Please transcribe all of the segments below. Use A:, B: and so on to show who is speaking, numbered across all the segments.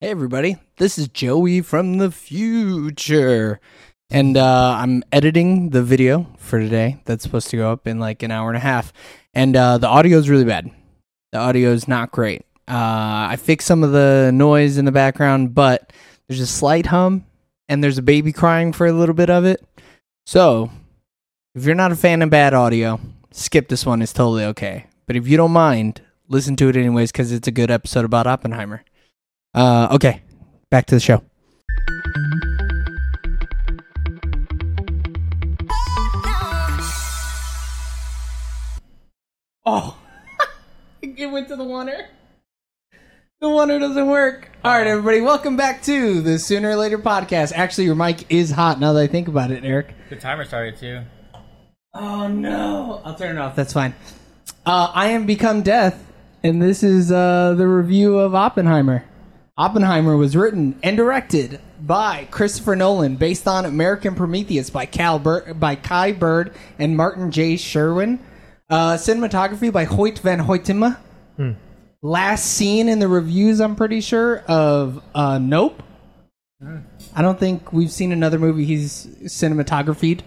A: Hey, everybody. This is Joey from the future. And uh, I'm editing the video for today that's supposed to go up in like an hour and a half. And uh, the audio is really bad. The audio is not great. Uh, I fixed some of the noise in the background, but there's a slight hum and there's a baby crying for a little bit of it. So if you're not a fan of bad audio, skip this one. It's totally okay. But if you don't mind, listen to it anyways because it's a good episode about Oppenheimer. Uh, okay, back to the show. Oh, it went to the water. The water doesn't work. All right, everybody, welcome back to the Sooner or Later podcast. Actually, your mic is hot now that I think about it, Eric.
B: The timer started too.
A: Oh no! I'll turn it off. That's fine. Uh, I am become death, and this is uh, the review of Oppenheimer. Oppenheimer was written and directed by Christopher Nolan, based on American Prometheus by Cal Bur- by Kai Bird and Martin J. Sherwin. Uh, cinematography by Hoyt van Hoytema. Last seen in the reviews, I'm pretty sure of uh, Nope. I don't think we've seen another movie he's cinematographied.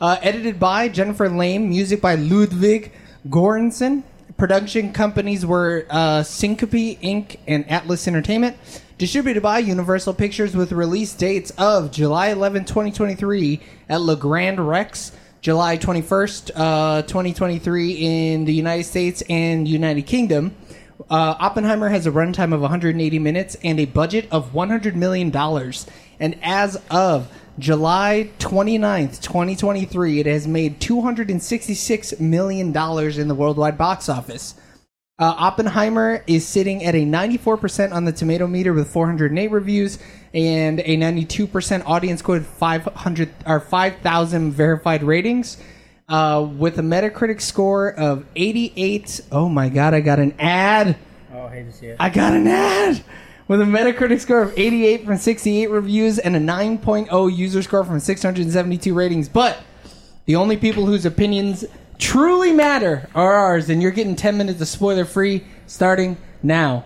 A: Uh, edited by Jennifer Lame, music by Ludwig Göransson. Production companies were uh, Syncope Inc. and Atlas Entertainment. Distributed by Universal Pictures with release dates of July 11, 2023 at Le Grand Rex, July 21st, uh, 2023 in the United States and United Kingdom. Uh, Oppenheimer has a runtime of 180 minutes and a budget of 100 million dollars. And as of July 29th, 2023, it has made 266 million dollars in the worldwide box office. Uh, Oppenheimer is sitting at a 94% on the tomato meter with 408 reviews and a 92% audience score, 500 or 5,000 verified ratings, uh, with a Metacritic score of 88. Oh my God! I got an ad.
B: Oh, I hate to see it.
A: I got an ad with a Metacritic score of 88 from 68 reviews and a 9.0 user score from 672 ratings. But the only people whose opinions truly matter are ours, and you're getting 10 minutes of spoiler free starting now.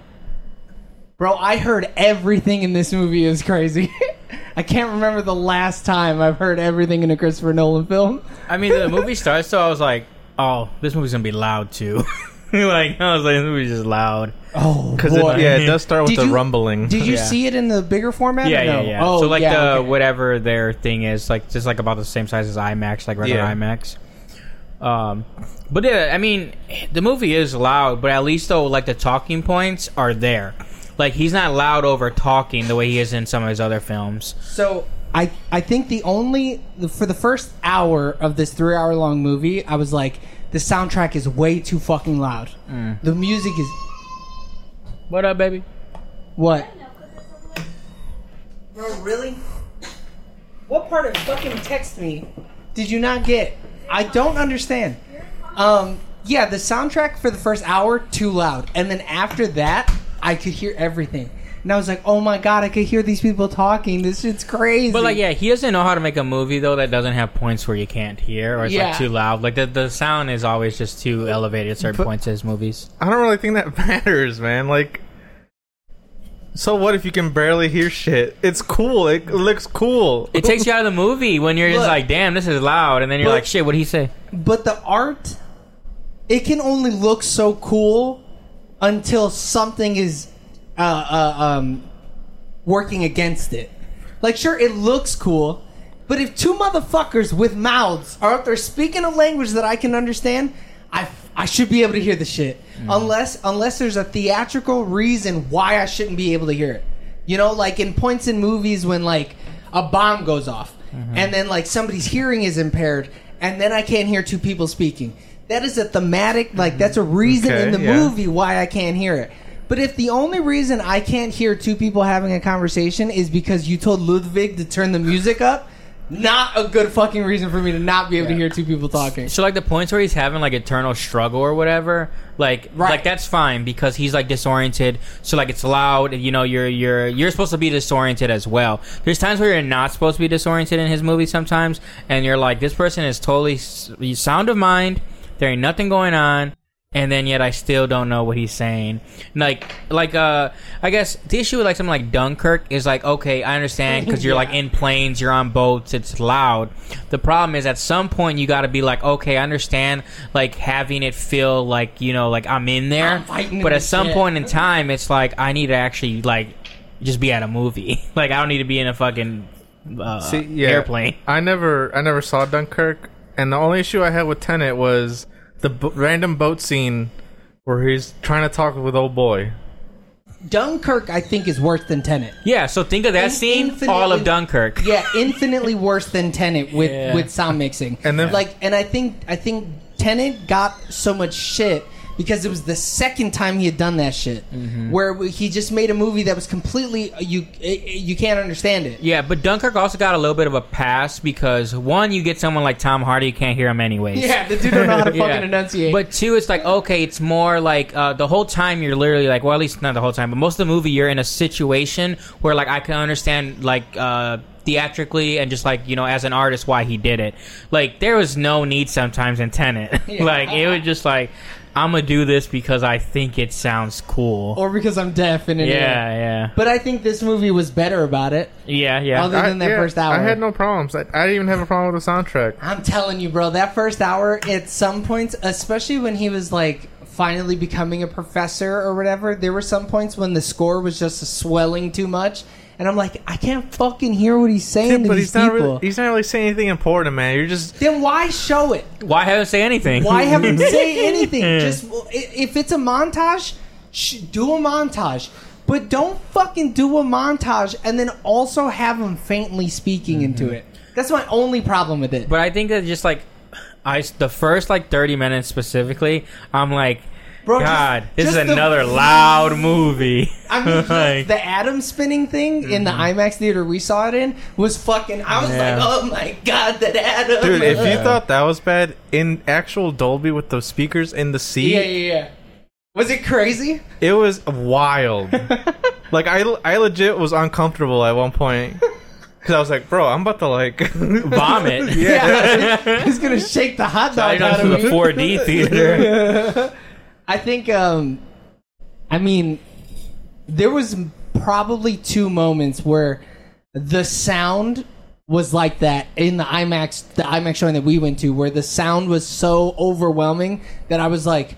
A: Bro, I heard everything in this movie is crazy. I can't remember the last time I've heard everything in a Christopher Nolan film.
B: I mean, the movie starts, so I was like, "Oh, this movie's gonna be loud too." like I was like, "This movie's just loud."
A: Oh,
C: Because it,
A: boy.
C: yeah, it does start with
A: Did
C: the
A: you-
C: rumbling.
A: Did you
B: Yeah.
A: see it in the bigger format? or
B: Yeah, yeah,
A: no?
B: yeah.
A: Oh,
B: so like uh,
A: yeah,
B: the
A: okay.
B: whatever their thing is, like just like about the same size as IMAX, like regular
C: Yeah.
B: IMAX. Um, but yeah, I mean, the movie is loud, but at least though, like the talking points are there. Like he's not loud over talking the way he is in some of his other films.
A: So I I think the only for the first hour of this three hour long movie, I was like, the soundtrack is way too fucking loud. The music is
B: What up, baby?
A: what? Bro, really? What part of fucking text me did you not get? I don't understand. Um, yeah, the soundtrack for the first hour too loud, and then after that, I could hear everything, and I was like, oh my god, I could hear these people talking. This shit's crazy.
B: But like, yeah, he doesn't know how to make a movie though that doesn't have points where you can't hear or it's
A: Yeah.
B: like too loud. Like the the sound is always just too elevated at certain points in his movies.
C: I don't really think that matters, man. Like, so what if you can barely hear shit? It's cool. It looks cool.
B: It takes you out of the movie when you're
A: Look.
B: just like, damn, this is loud, and then you're
A: But-
B: like, shit, what would he say?
A: but the art it can only look so cool until something is uh, uh, um, working against it like sure it looks cool but if two motherfuckers with mouths are up there speaking a language that i can understand i, I should be able to hear the shit
C: Mm.
A: unless unless there's a theatrical reason why i shouldn't be able to hear it you know like in points in movies when like a bomb goes off
C: Mm-hmm.
A: and then like somebody's hearing is impaired and then i can't hear two people speaking that is a thematic like that's a reason in the
C: Okay, yeah.
A: movie why i can't hear it but if the only reason I can't hear two people having a conversation is because you told Ludwig to turn the music up, not a good fucking reason for me to not be able to hear two people talking.
B: So like the points where he's having like eternal struggle or whatever, like
A: Right.
B: like that's fine because he's like disoriented. So like it's loud, and you know you're you're you're supposed to be disoriented as well. There's times where you're not supposed to be disoriented in his movies sometimes, and you're like this person is totally s- sound of mind. There ain't nothing going on, and then yet I still don't know what he's saying. Like, like, uh, I guess the issue with like something like Dunkirk is like, okay, I understand because you're like in planes, you're on boats, it's loud. The problem is at some point you got to be like, okay, I understand, like having it feel like you know, like I'm in there,
A: I'm fighting
B: but at
A: this
B: some
A: shit.
B: point in time, it's like I need to actually like just be at a movie. like I don't need to be in a fucking uh,
C: See, yeah,
B: airplane.
C: I never, I never saw Dunkirk, and the only issue I had with Tenet was the b- random boat scene where he's trying to talk with old boy.
A: Dunkirk, I think, is worse than Tenet.
B: Yeah, so think of that
A: In-
B: scene,
A: infinitely-
B: all of Dunkirk.
A: Yeah, infinitely worse than Tenet with
B: Yeah.
A: with sound mixing.
C: And then-
A: like, and I think I think Tenet got so much shit because it was the second time he had done that shit,
B: Mm-hmm.
A: where we- he just made a movie that was completely you you can't understand it.
B: Yeah, but Dunkirk also got a little bit of a pass because one, you get someone like Tom Hardy, you can't hear him anyways.
A: Yeah, the dude don't know how to fucking
B: Yeah.
A: enunciate.
B: But two, it's like okay, it's more like uh, the whole time you're literally like, well, at least not the whole time, but most of the movie you're in a situation where like I can understand like uh, theatrically and just like you know as an artist why he did it. Like there was no need sometimes in Tenet. like it was just like I'm gonna do this because I think it sounds cool.
A: or because I'm deaf and an
B: yeah,
A: idiot.
B: yeah,
A: But I think this movie was better about it.
B: yeah, yeah.
A: Other than that first hour.
C: I had no problems. I, I didn't even have a problem with the soundtrack.
A: I'm telling you, bro, that first hour at some points, especially when he was like finally becoming a professor or whatever, there were some points when the score was just swelling too much. And I'm like, I can't fucking hear what he's saying to
C: but
A: these
C: he's not
A: people.
C: really, he's not really saying anything important, man. You're just
A: then why show it?
B: Why haven't say anything?
A: Why have him say anything? Just i- if it's a montage, sh- do a montage. But don't fucking do a montage and then also have him faintly speaking into it. That's my only problem with it.
B: Mm-hmm. But I think that just like I the first like thirty minutes specifically, I'm like,
A: Bro, just-
B: God, this
A: just
B: is
A: the-
B: another loud movie.
A: I mean, yes,
B: Like, mm-hmm.
A: the atom spinning thing in the IMAX theater we saw it in was fucking. I was
B: Yeah.
A: like, oh my god, that atom.
C: dude. If you thought that was bad, in actual Dolby with the speakers in the seat,
A: yeah, yeah, yeah. Was it crazy?
C: it was wild. like I, I legit was uncomfortable at one point because I was like, bro, I'm about to like
B: vomit.
A: Yeah, it's gonna shake the hot
B: I
A: dog
B: don't
A: out of
B: know, the
A: me.
B: 4D theater.
A: I think. um I mean, there was probably two moments where the sound was like that in the IMAX, the IMAX showing that we went to, where the sound was so overwhelming that I was like,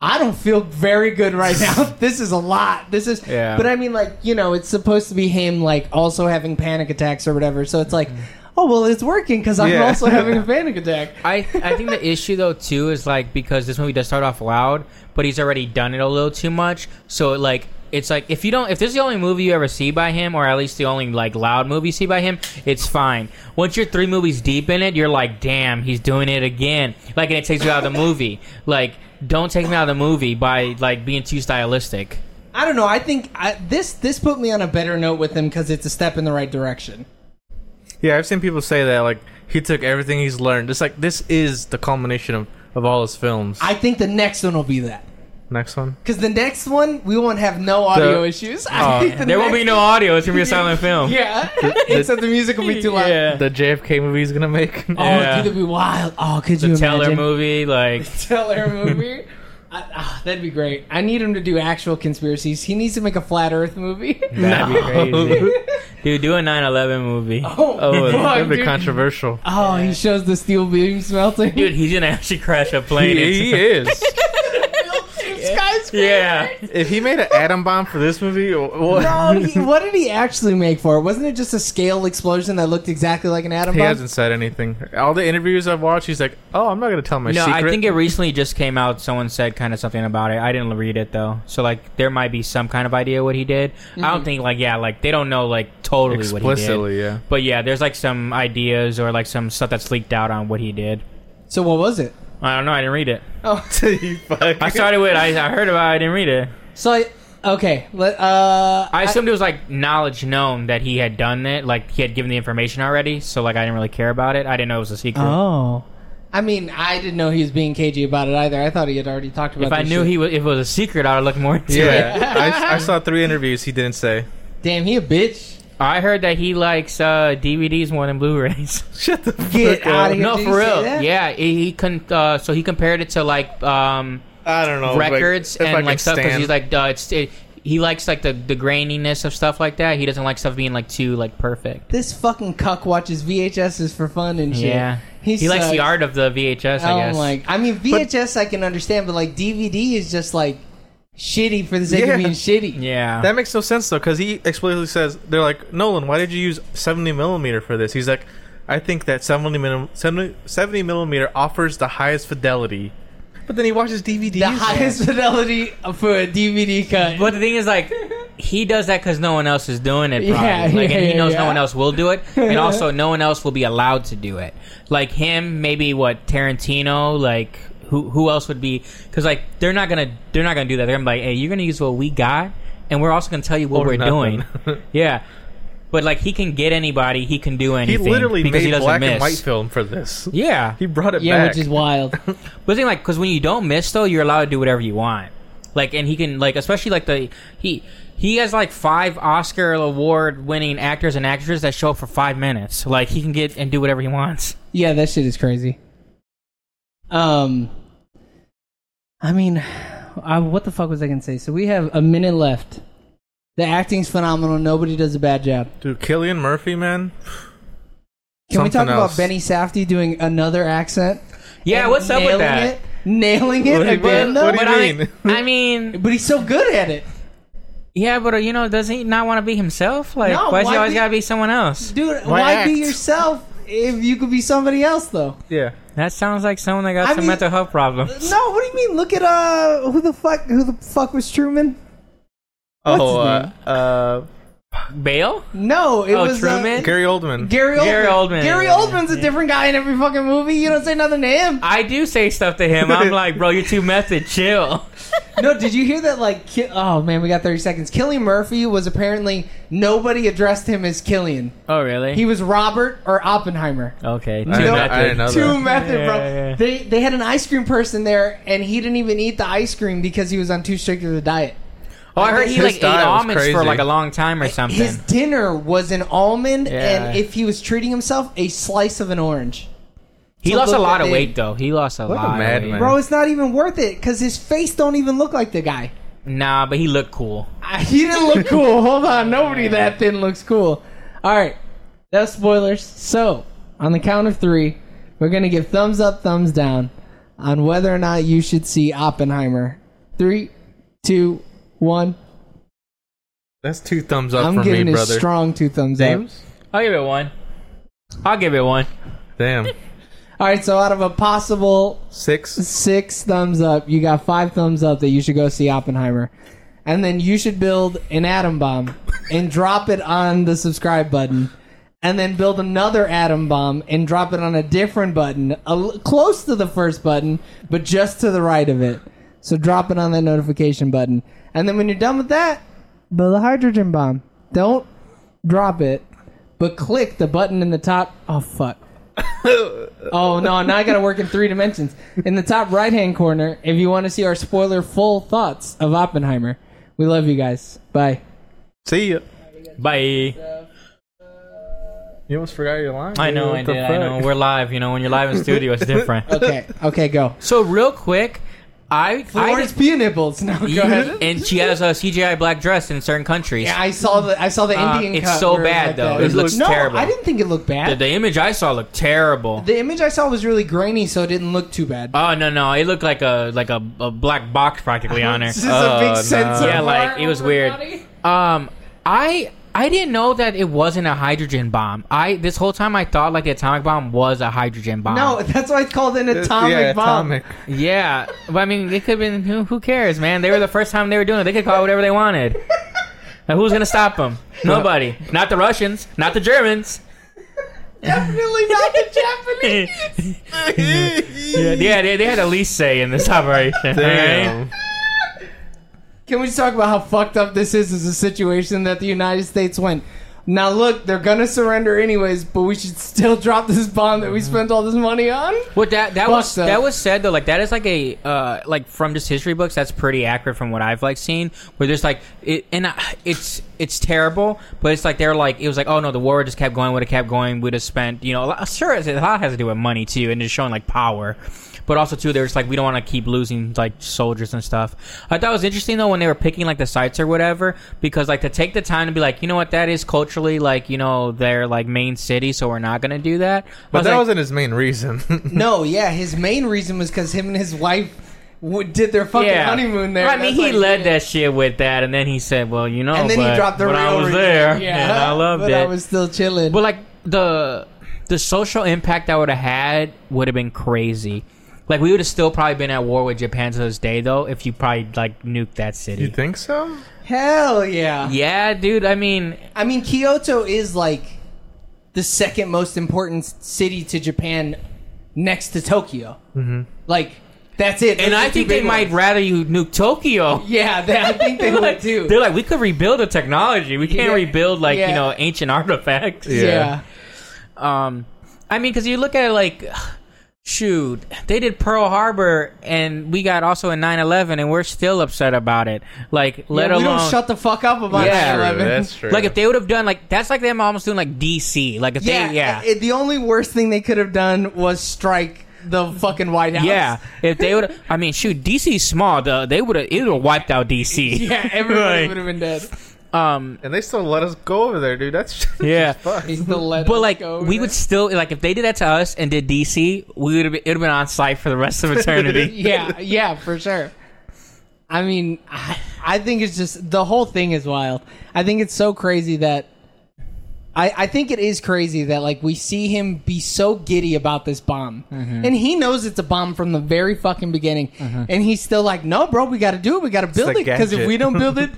A: I don't feel very good right now. this is a lot. This is,
C: Yeah.
A: but I mean, like you know, it's supposed to be him like also having panic attacks or whatever. So it's like, oh well, it's working because I'm
C: Mm-hmm. Yeah.
A: also having a panic attack.
B: I I think the issue though too is like because this movie does start off loud, but he's already done it a little too much. So like it's like if you don't if this is the only movie you ever see by him, or at least the only like loud movie you see by him, it's fine. Once you're three movies deep in it, you're like, damn, he's doing it again. Like and it takes you out of the movie. Like don't take me out of the movie by like being too stylistic.
A: I don't know. I think I, this this put me on a better note with him because it's a step in the right direction.
C: Yeah, I've seen people say that. Like he took everything he's learned. It's like this is the culmination of, of all his films.
A: I think the next one will be that
C: Next one.
A: because the next one we won't have no audio
C: The-
A: issues. I think the
B: Oh, Uh, there won't be
A: next-
B: no audio. It's gonna be a silent film.
A: Yeah, except the music will be too loud.
C: The JFK movie he's gonna make.
A: Oh,
B: Yeah.
A: dude, that'd be wild. Oh, could
B: The
A: you
B: Teller
A: imagine?
B: movie, like
A: Teller movie. I, ah, that'd be great. I need him to do actual conspiracies. He needs to make a flat Earth movie.
B: that'd be crazy. Dude, do a 9/11 movie.
A: Oh,
C: Oh,
A: fuck,
C: that'd be
A: dude.
C: controversial.
A: Oh, he shows the steel beams melting.
B: Dude, he's gonna actually crash a plane.
C: He,
B: into-
C: he is.
A: skyscraper.
B: yeah.
C: if he made an atom bomb for this movie, what?
A: No, he, what did he actually make for it? Wasn't it just a scale explosion that looked exactly like an atom
C: he
A: bomb?
C: hasn't said anything. All the interviews I've watched, he's like, "Oh, I'm not gonna tell my
B: No,
C: secret."
B: I think it recently just came out. Someone said kind of something about it. I didn't read it though, so like there might be some kind of idea what he did. I don't think like yeah, like they don't know like totally what he did.
C: Mm-hmm. explicitly. Yeah.
B: But yeah, there's like some ideas or like some stuff that's leaked out on what he did.
A: So what was it?
B: I don't know. I didn't read it.
A: Oh,
B: I started with I, I heard about. it. I didn't read it.
A: so I, okay. Let uh,
B: I assumed it was like knowledge known that he had done it. Like he had given the information already. So like I didn't really care about it. I didn't know it was a secret.
A: oh, I mean, I didn't know he was being cagey about it either. I thought he had already talked about.
B: if I
A: this
B: knew
A: shit.
B: he was, if it was a secret, I would look more into it.
C: yeah. I, I saw three interviews. He didn't say.
A: damn, he a bitch.
B: I heard that he likes uh, DVDs more than Blu-rays.
C: Shut the
A: Get
C: fuck up.
A: outta here.
B: no,
A: did
B: for
A: he say
B: real.
A: that?
B: Yeah, he, he con- uh, so he compared it to like um,
C: I don't know Oh, like,
B: records
C: if I
B: and
C: can
B: like stuff because
C: stand-
B: he's like uh, it's, it, he likes like the the graininess of stuff like that. He doesn't like stuff being like too like perfect.
A: This fucking cuck watches VHSs for fun and shit.
B: Yeah,
A: He,
B: he, likes the
A: sucks. Oh
B: art of the VHS. I
A: I'm
B: guess.
A: like, I mean, VHS I can understand, but like DVD is just like shitty for the sake
C: Yeah.
A: of being shitty.
B: yeah,
C: That makes no sense though, because he explicitly says they're like Nolan, why did you use seventy millimeter for this? He's like, I think that 70, minim- 70, 70 millimeter offers the highest fidelity. But then he watches DVDs.
A: The highest fidelity for a DVD cut.
B: But the thing is, like, he does that because no one else is doing it. Probably.
A: Yeah,
B: like, and
A: yeah,
B: he knows
A: yeah.
B: no one else will do it, and also no one else will be allowed to do it. Like him, maybe what Tarantino, like who who else would be? Because like they're not gonna they're not gonna do that. They're gonna be like, hey, you're gonna use what we got, and we're also gonna tell you what
C: Or
B: we're
C: nothing.
B: doing. yeah. But like he can get anybody, he can do
C: he
B: anything.
C: literally
B: because
C: made
B: he doesn't
C: black
B: miss.
C: and white film for this.
B: Yeah,
C: He brought it
A: yeah,
C: back.
A: which is wild.
B: but the thing, like, because when you don't miss, though, you're allowed to do whatever you want. Like, and he can, like, especially like the he he has like five Oscar award winning actors and actresses that show up for five minutes. Like, he can get and do whatever he wants.
A: yeah, that shit is crazy. Um, I mean, I, what the fuck was I gonna say? So we have a minute left. The acting's phenomenal. Nobody does a bad job.
C: Dude, Killian Murphy, man.
A: Can we talk
C: Something else.
A: about Benny Safdie doing another accent?
B: Yeah,
A: And
B: what's up with
A: nailing
B: that?
A: It, nailing it
C: What do you-
A: again, though?
C: what do you
B: But I
C: mean?
B: I mean,
A: but he's so good at it.
B: yeah, but uh, you know, does he not want to be himself? Like,
A: No,
B: why does
A: why
B: he always
A: be-
B: gotta be someone else?
A: Dude, why,
C: Why
A: be
C: act?
A: yourself if you could be somebody else though?
C: Yeah.
B: That sounds like someone that got
A: I
B: some
A: mean-
B: mental health problems.
A: No, what do you mean? Look at uh who the fuck who the fuck was Truman? What's
C: oh,
A: his name?
C: uh, uh,
B: Bail?
A: No, it
B: Oh,
A: was uh,
B: Truman?
C: Gary Oldman.
A: Gary Oldman.
B: Gary Oldman.
A: Gary Oldman's a different guy in every fucking movie. You don't say nothing to him.
B: I do say stuff to him. I'm like, bro, you're too method. Chill.
A: no, did you hear that? Like, Ki- oh man, we got thirty seconds. Killian Murphy was apparently nobody addressed him as Killian.
B: Oh, really?
A: He was Robert or Oppenheimer.
B: okay. Too
C: I didn't know-
B: method.
C: I didn't know that.
A: Two method,
B: Yeah,
A: bro.
B: yeah.
A: They they had an ice cream person there, and he didn't even eat the ice cream because he was on too strict of a diet.
B: Oh, I heard he
C: His
B: like ate
C: diet was
B: almonds for
C: crazy.
B: like a long time or something.
A: His dinner was an almond,
B: Yeah.
A: and if he was treating himself, a slice of an orange.
B: he
A: to
B: lost a
A: look
B: lot
A: at
B: of
A: it.
B: weight though. He lost a
C: What a
B: lot. of weight.
C: madman.
A: Bro, it's not even worth it because his face don't even look like the guy.
B: Nah, but he looked cool.
A: I- He didn't look cool. Hold on, nobody that thin looks cool. All right, that's spoilers. So, on the count of three, we're gonna give thumbs up, thumbs down on whether or not you should see Oppenheimer. Three, two, one.
C: That's two thumbs up
A: I'm
C: for me,
A: giving a
C: brother.
A: strong two thumbs up.
C: James?
B: I'll give it one. I'll give it one.
C: Damn.
A: All right, so out of a possible
C: Six?
A: six thumbs up, you got five thumbs up that you should go see Oppenheimer. And then you should build an atom bomb and drop it on the subscribe button. And then build another atom bomb and drop it on a different button, a l close to the first button, but just to the right of it. So drop it on that notification button. And then when you're done with that, build a hydrogen bomb. Don't drop it, but click the button in the top. Oh, fuck. Oh no! Now I gotta work in three dimensions. In the top right-hand corner, if you want to see our spoiler-full thoughts of Oppenheimer, we love you guys. Bye.
C: See ya.
B: Bye.
C: You almost forgot your line.
B: I know, I
C: What the
B: did. I know.
C: fuck?
B: We're live. You know, when you're live in studio, it's different.
A: Okay. Okay. Go.
B: so real quick, I I
A: Florence
B: just,
A: P nipples. No, go ahead.
B: and she has a CGI black dress in certain countries.
A: Yeah, I saw the I saw the
B: Uh,
A: Indian.
B: it's
A: cut
B: so
A: where
B: bad,
A: like
B: though.
A: that.
B: It looks
A: no,
B: terrible.
A: I didn't think it looked
B: the,
A: bad.
B: the image I saw looked terrible.
A: the image I saw was really grainy, so it didn't look too bad.
B: Oh no no! It looked like a like a, a black box practically on her.
A: It's just
C: Oh,
A: a big
C: no.
A: sensor.
B: Yeah, like,
A: bar
B: it Uh, was
A: over
B: weird.
A: body.
B: Um, I I didn't know that it wasn't a hydrogen bomb. I this whole time I thought like the atomic bomb was a hydrogen bomb.
A: No, that's why it's called an atomic
C: yeah,
A: bomb.
C: Atomic.
B: yeah, but I mean, it could have been who, who cares, man? They were the first time they were doing it. They could call it whatever they wanted. Now, who's gonna stop them? Nobody. Not the Russians. Not the Germans.
A: Definitely not the Japanese.
B: yeah, they, they had the least say in this operation. all right?
C: Damn.
A: Can we just talk about how fucked up this is as a situation that the United States went? Now look, they're gonna surrender anyways, but we should still drop this bomb that we spent all this money on.
B: What that that
A: Fuck
B: was
A: that.
B: that was said though, like that is like a uh like from just history books. That's pretty accurate from what I've like seen. Where there's like it and I, it's it's terrible, but it's like they're like it was like oh no, the war just kept going, would have kept going, would have spent you know a lot, sure it's- a lot has to do with money too, and just showing like power. But also too, they're just like we don't want to keep losing like soldiers and stuff. I thought it was interesting though when they were picking like the sites or whatever, because like to take the time to be like, you know what, that is culturally like you know their like main city, so we're not gonna do that. I
C: But that
B: like-
C: wasn't his main reason.
A: No, yeah, his main reason was because him and his wife w- did their fucking honeymoon there.
B: I
A: That's
B: mean, he
A: like-
B: led that shit with that, and then he said, "Well, you know,"
A: and then
B: but,
A: he dropped the
B: but
A: real
B: I was
A: reason.
B: there,
A: yeah,
B: and I loved
A: but
B: it.
A: I was still chilling.
B: but like the the social impact that would have had would have been crazy. Like we would have still probably been at war with Japan to this day, though, if you probably like nuked that city.
C: you think so?
A: Hell yeah.
B: yeah, dude. I mean,
A: I mean, Kyoto is like the second most important city to Japan, next to Tokyo. Mm-hmm. Like that's it.
B: and
A: Those are
B: I
A: two
B: think they
A: big
B: might
A: ones.
B: rather you nuke Tokyo.
A: Yeah, they, I think they would too.
B: They're like, we could rebuild the technology. We can't
A: Yeah.
B: rebuild like
A: Yeah.
B: you know ancient artifacts.
A: yeah.
C: Yeah.
B: Um, I mean, because you look at it like, shoot, they did Pearl Harbor, and we got also in 9-11, and we're still upset about it. Like, let
A: Yeah, we
B: alone
A: don't shut the fuck up about
B: Yeah.
A: that.
C: True, that's true.
B: like if they would have done like that's like them almost doing like DC. Like if
A: Yeah,
B: they yeah.
A: i- the only worst thing they could have done was strike the fucking White House.
B: yeah, if they would, I mean, shoot, DC's small. Though they would have, it would have wiped out DC.
A: yeah, everybody
B: Like,
A: would have been dead.
B: Um,
C: And they still let us go over there, dude. That's
B: yeah,
C: fuck.
A: He's the let
B: but
A: us
B: like
A: go
B: we
A: there.
B: would still like if they did that to us and did DC, we would have it would have been on site for the rest of eternity.
A: yeah, yeah, for sure. I mean, I, I think it's just the whole thing is wild. I think it's so crazy that I, I think it is crazy that like we see him be so giddy about this bomb, and he knows it's a bomb from the very fucking beginning, and he's still like, "No, bro, we got to do it. We got to build
C: a
A: it because if
C: gadget."
A: we don't build it,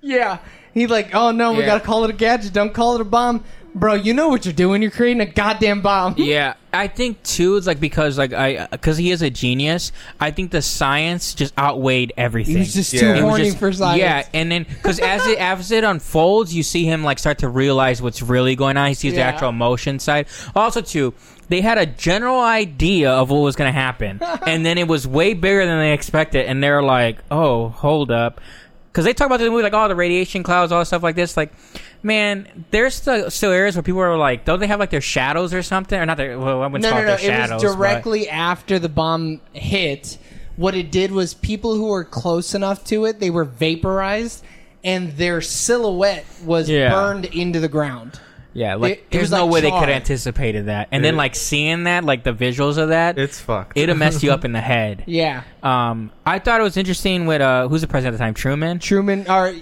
A: yeah." He's like, "Oh no, we
B: Yeah.
A: got to call it a gadget. Don't call it a bomb, bro. You know what you're doing. You're creating a goddamn bomb."
B: Yeah, I think too. It's like because like I because he is a genius. I think the science just outweighed everything.
A: He was just
C: Yeah.
A: too
C: It was
A: horny
B: just-
A: for science.
B: Yeah, and then because as it as it unfolds, you see him like start to realize what's really going on. He sees the
A: Yeah.
B: actual emotion side. Also, too, they had a general idea of what was going to happen, and then it was way bigger than they expected. And they're like, "Oh, hold up." Because they talk about the movie like, oh, the radiation clouds, all stuff like this. Like, man, there's still, still areas where people are like, don't they have like their shadows or something? Or not their, well, I wouldn't
A: no, no,
B: call it
A: no.
B: their
A: It
B: shadows.
A: was
B: but-
A: directly after the bomb hit. What it did was people who were close enough to it, they were vaporized, and their silhouette was
B: Yeah.
A: burned into the ground.
B: Yeah, like
A: It- it
B: there's
A: was
B: no
A: like
B: way they
A: charred.
B: could anticipated that. And then
C: It-
B: like seeing that, like the visuals of that,
C: It's fucked.
B: it'll mess you up in the head.
A: Yeah,
B: Um, I thought it was interesting with uh, who's the president at the time, Truman.
A: Truman. Or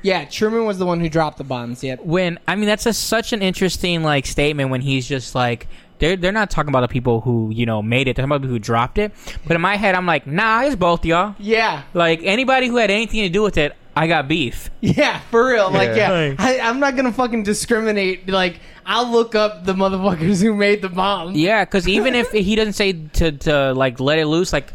A: yeah, Truman was the one who dropped the bombs. Yep.
B: When I mean that's a, such an interesting like statement when he's just like they're they're not talking about the people who you know made it, they're talking about the people who dropped it. But in my head, I'm like, nah, it's both y'all.
A: Yeah,
B: Like anybody who had anything to do with it, I got beef.
A: yeah, for real. Like,
C: Yeah.
A: yeah,
B: Thanks.
A: I, I'm not gonna fucking discriminate. Like, I'll look up the motherfuckers who made the bomb.
B: Yeah, because even if he doesn't say to to like let it loose, like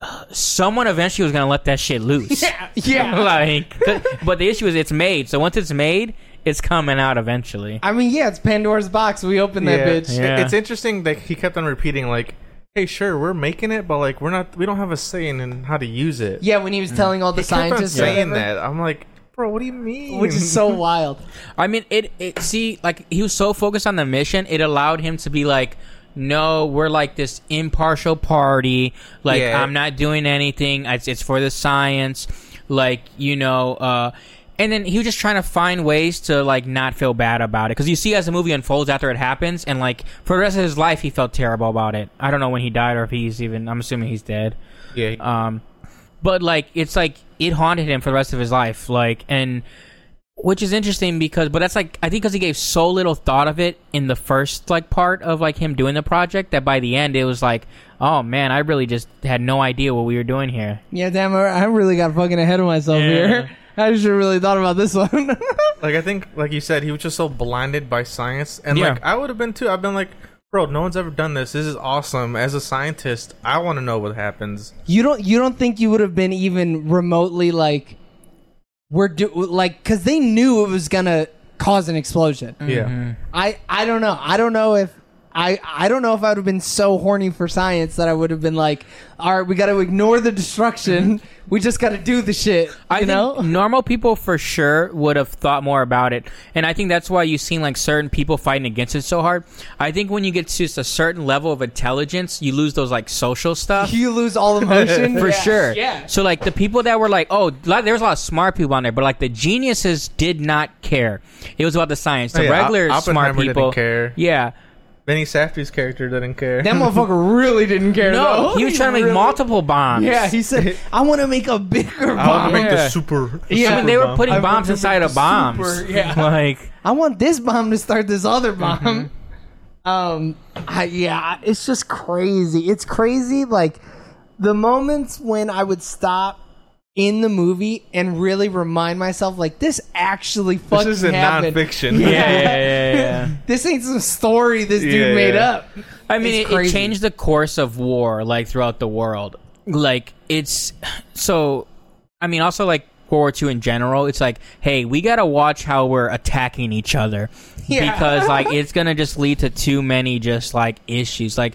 B: uh, someone eventually was gonna let that shit loose.
A: yeah, yeah.
B: like, 'cause- but the issue is it's made. So once it's made, it's coming out eventually.
A: I mean, yeah, it's Pandora's box. We opened that bitch.
B: Yeah.
C: It's interesting that he kept on repeating like, "Hey, sure, we're making it, but like, we're not. We don't have a say in, in how to use it."
A: Yeah, when he was telling all the
C: He kept on
A: scientists or
C: saying
A: whatever,
C: that. I'm like, bro, what do you mean?
A: which is so wild.
B: I mean, it, it. See, like he was so focused on the mission, it allowed him to be like, "No, we're like this impartial party. Like
C: Yeah.
B: I'm not doing anything. It's, it's for the science. Like you know." uh and then he was just trying to find ways to like not feel bad about it because you see as the movie unfolds after it happens and like for the rest of his life he felt terrible about it i don't know when he died or if he's even i'm assuming he's dead
C: yeah.
B: Um, but like it's like it haunted him for the rest of his life. Like and which is interesting because but that's like I think because he gave so little thought of it in the first like part of like him doing the project that by the end it was like oh man I really just had no idea what we were doing here.
A: Yeah, damn, I I really got fucking ahead of myself
B: Yeah.
A: here. I should have really thought about this one.
C: like I think, like you said, he was just so blinded by science, and
B: Yeah.
C: like I would have been too. I've been like, bro, no one's ever done this. This is awesome. As a scientist, I want to know what happens.
A: you don't you don't think you would have been even remotely like we're do like cuz they knew it was going to cause an explosion.
C: Yeah.
A: I I don't know. I don't know if I I don't know if I would have been so horny for science that I would have been like, all right, we got to ignore the destruction. We just got to do the shit.
B: I
A: you know.
B: think normal people for sure would have thought more about it, and I think that's why you've seen like certain people fighting against it so hard. I think when you get to just a certain level of intelligence, you lose those like social stuff.
A: You lose all emotion
B: for
A: Yeah.
B: sure.
A: Yeah.
B: So like the people that were like, oh, lot, there was a lot of smart people on there, but like the geniuses did not care. It was about the science. The
C: Yeah,
B: regular
C: Op-
B: smart
C: Oppenheimer didn't
B: people
C: care.
B: Yeah.
C: Vinny Safdie's character didn't care.
A: That motherfucker really didn't care.
B: No,
A: though.
B: he was trying to make
A: really-
B: multiple bombs.
A: Yeah, he said, "I want to make a bigger
C: I want
A: bomb.
C: to make
B: Yeah.
C: the super. the
A: Yeah.
B: I
C: super
B: mean, they were
C: bomb.
B: putting
A: I
B: bombs
A: remember
B: inside of
A: the
B: bombs.
A: super- yeah.
B: Like
A: I want this bomb to start this other bomb."
C: Mm-hmm.
A: Um, I, yeah, it's just crazy. It's crazy. Like the moments when I would stop in the movie and really remind myself, like, this actually fucking
C: This isn't
A: happened.
C: nonfiction.
B: yeah, yeah, yeah, yeah.
A: This ain't some story this dude
C: Yeah,
A: made
C: yeah.
A: up.
B: I mean,
A: It's
B: it, it
A: crazy.
B: changed the course of war, like throughout the world. Like it's so. I mean, also like World War II in general. It's like, hey, we gotta watch how we're attacking each other
A: Yeah.
B: because like it's gonna just lead to too many just like issues. Like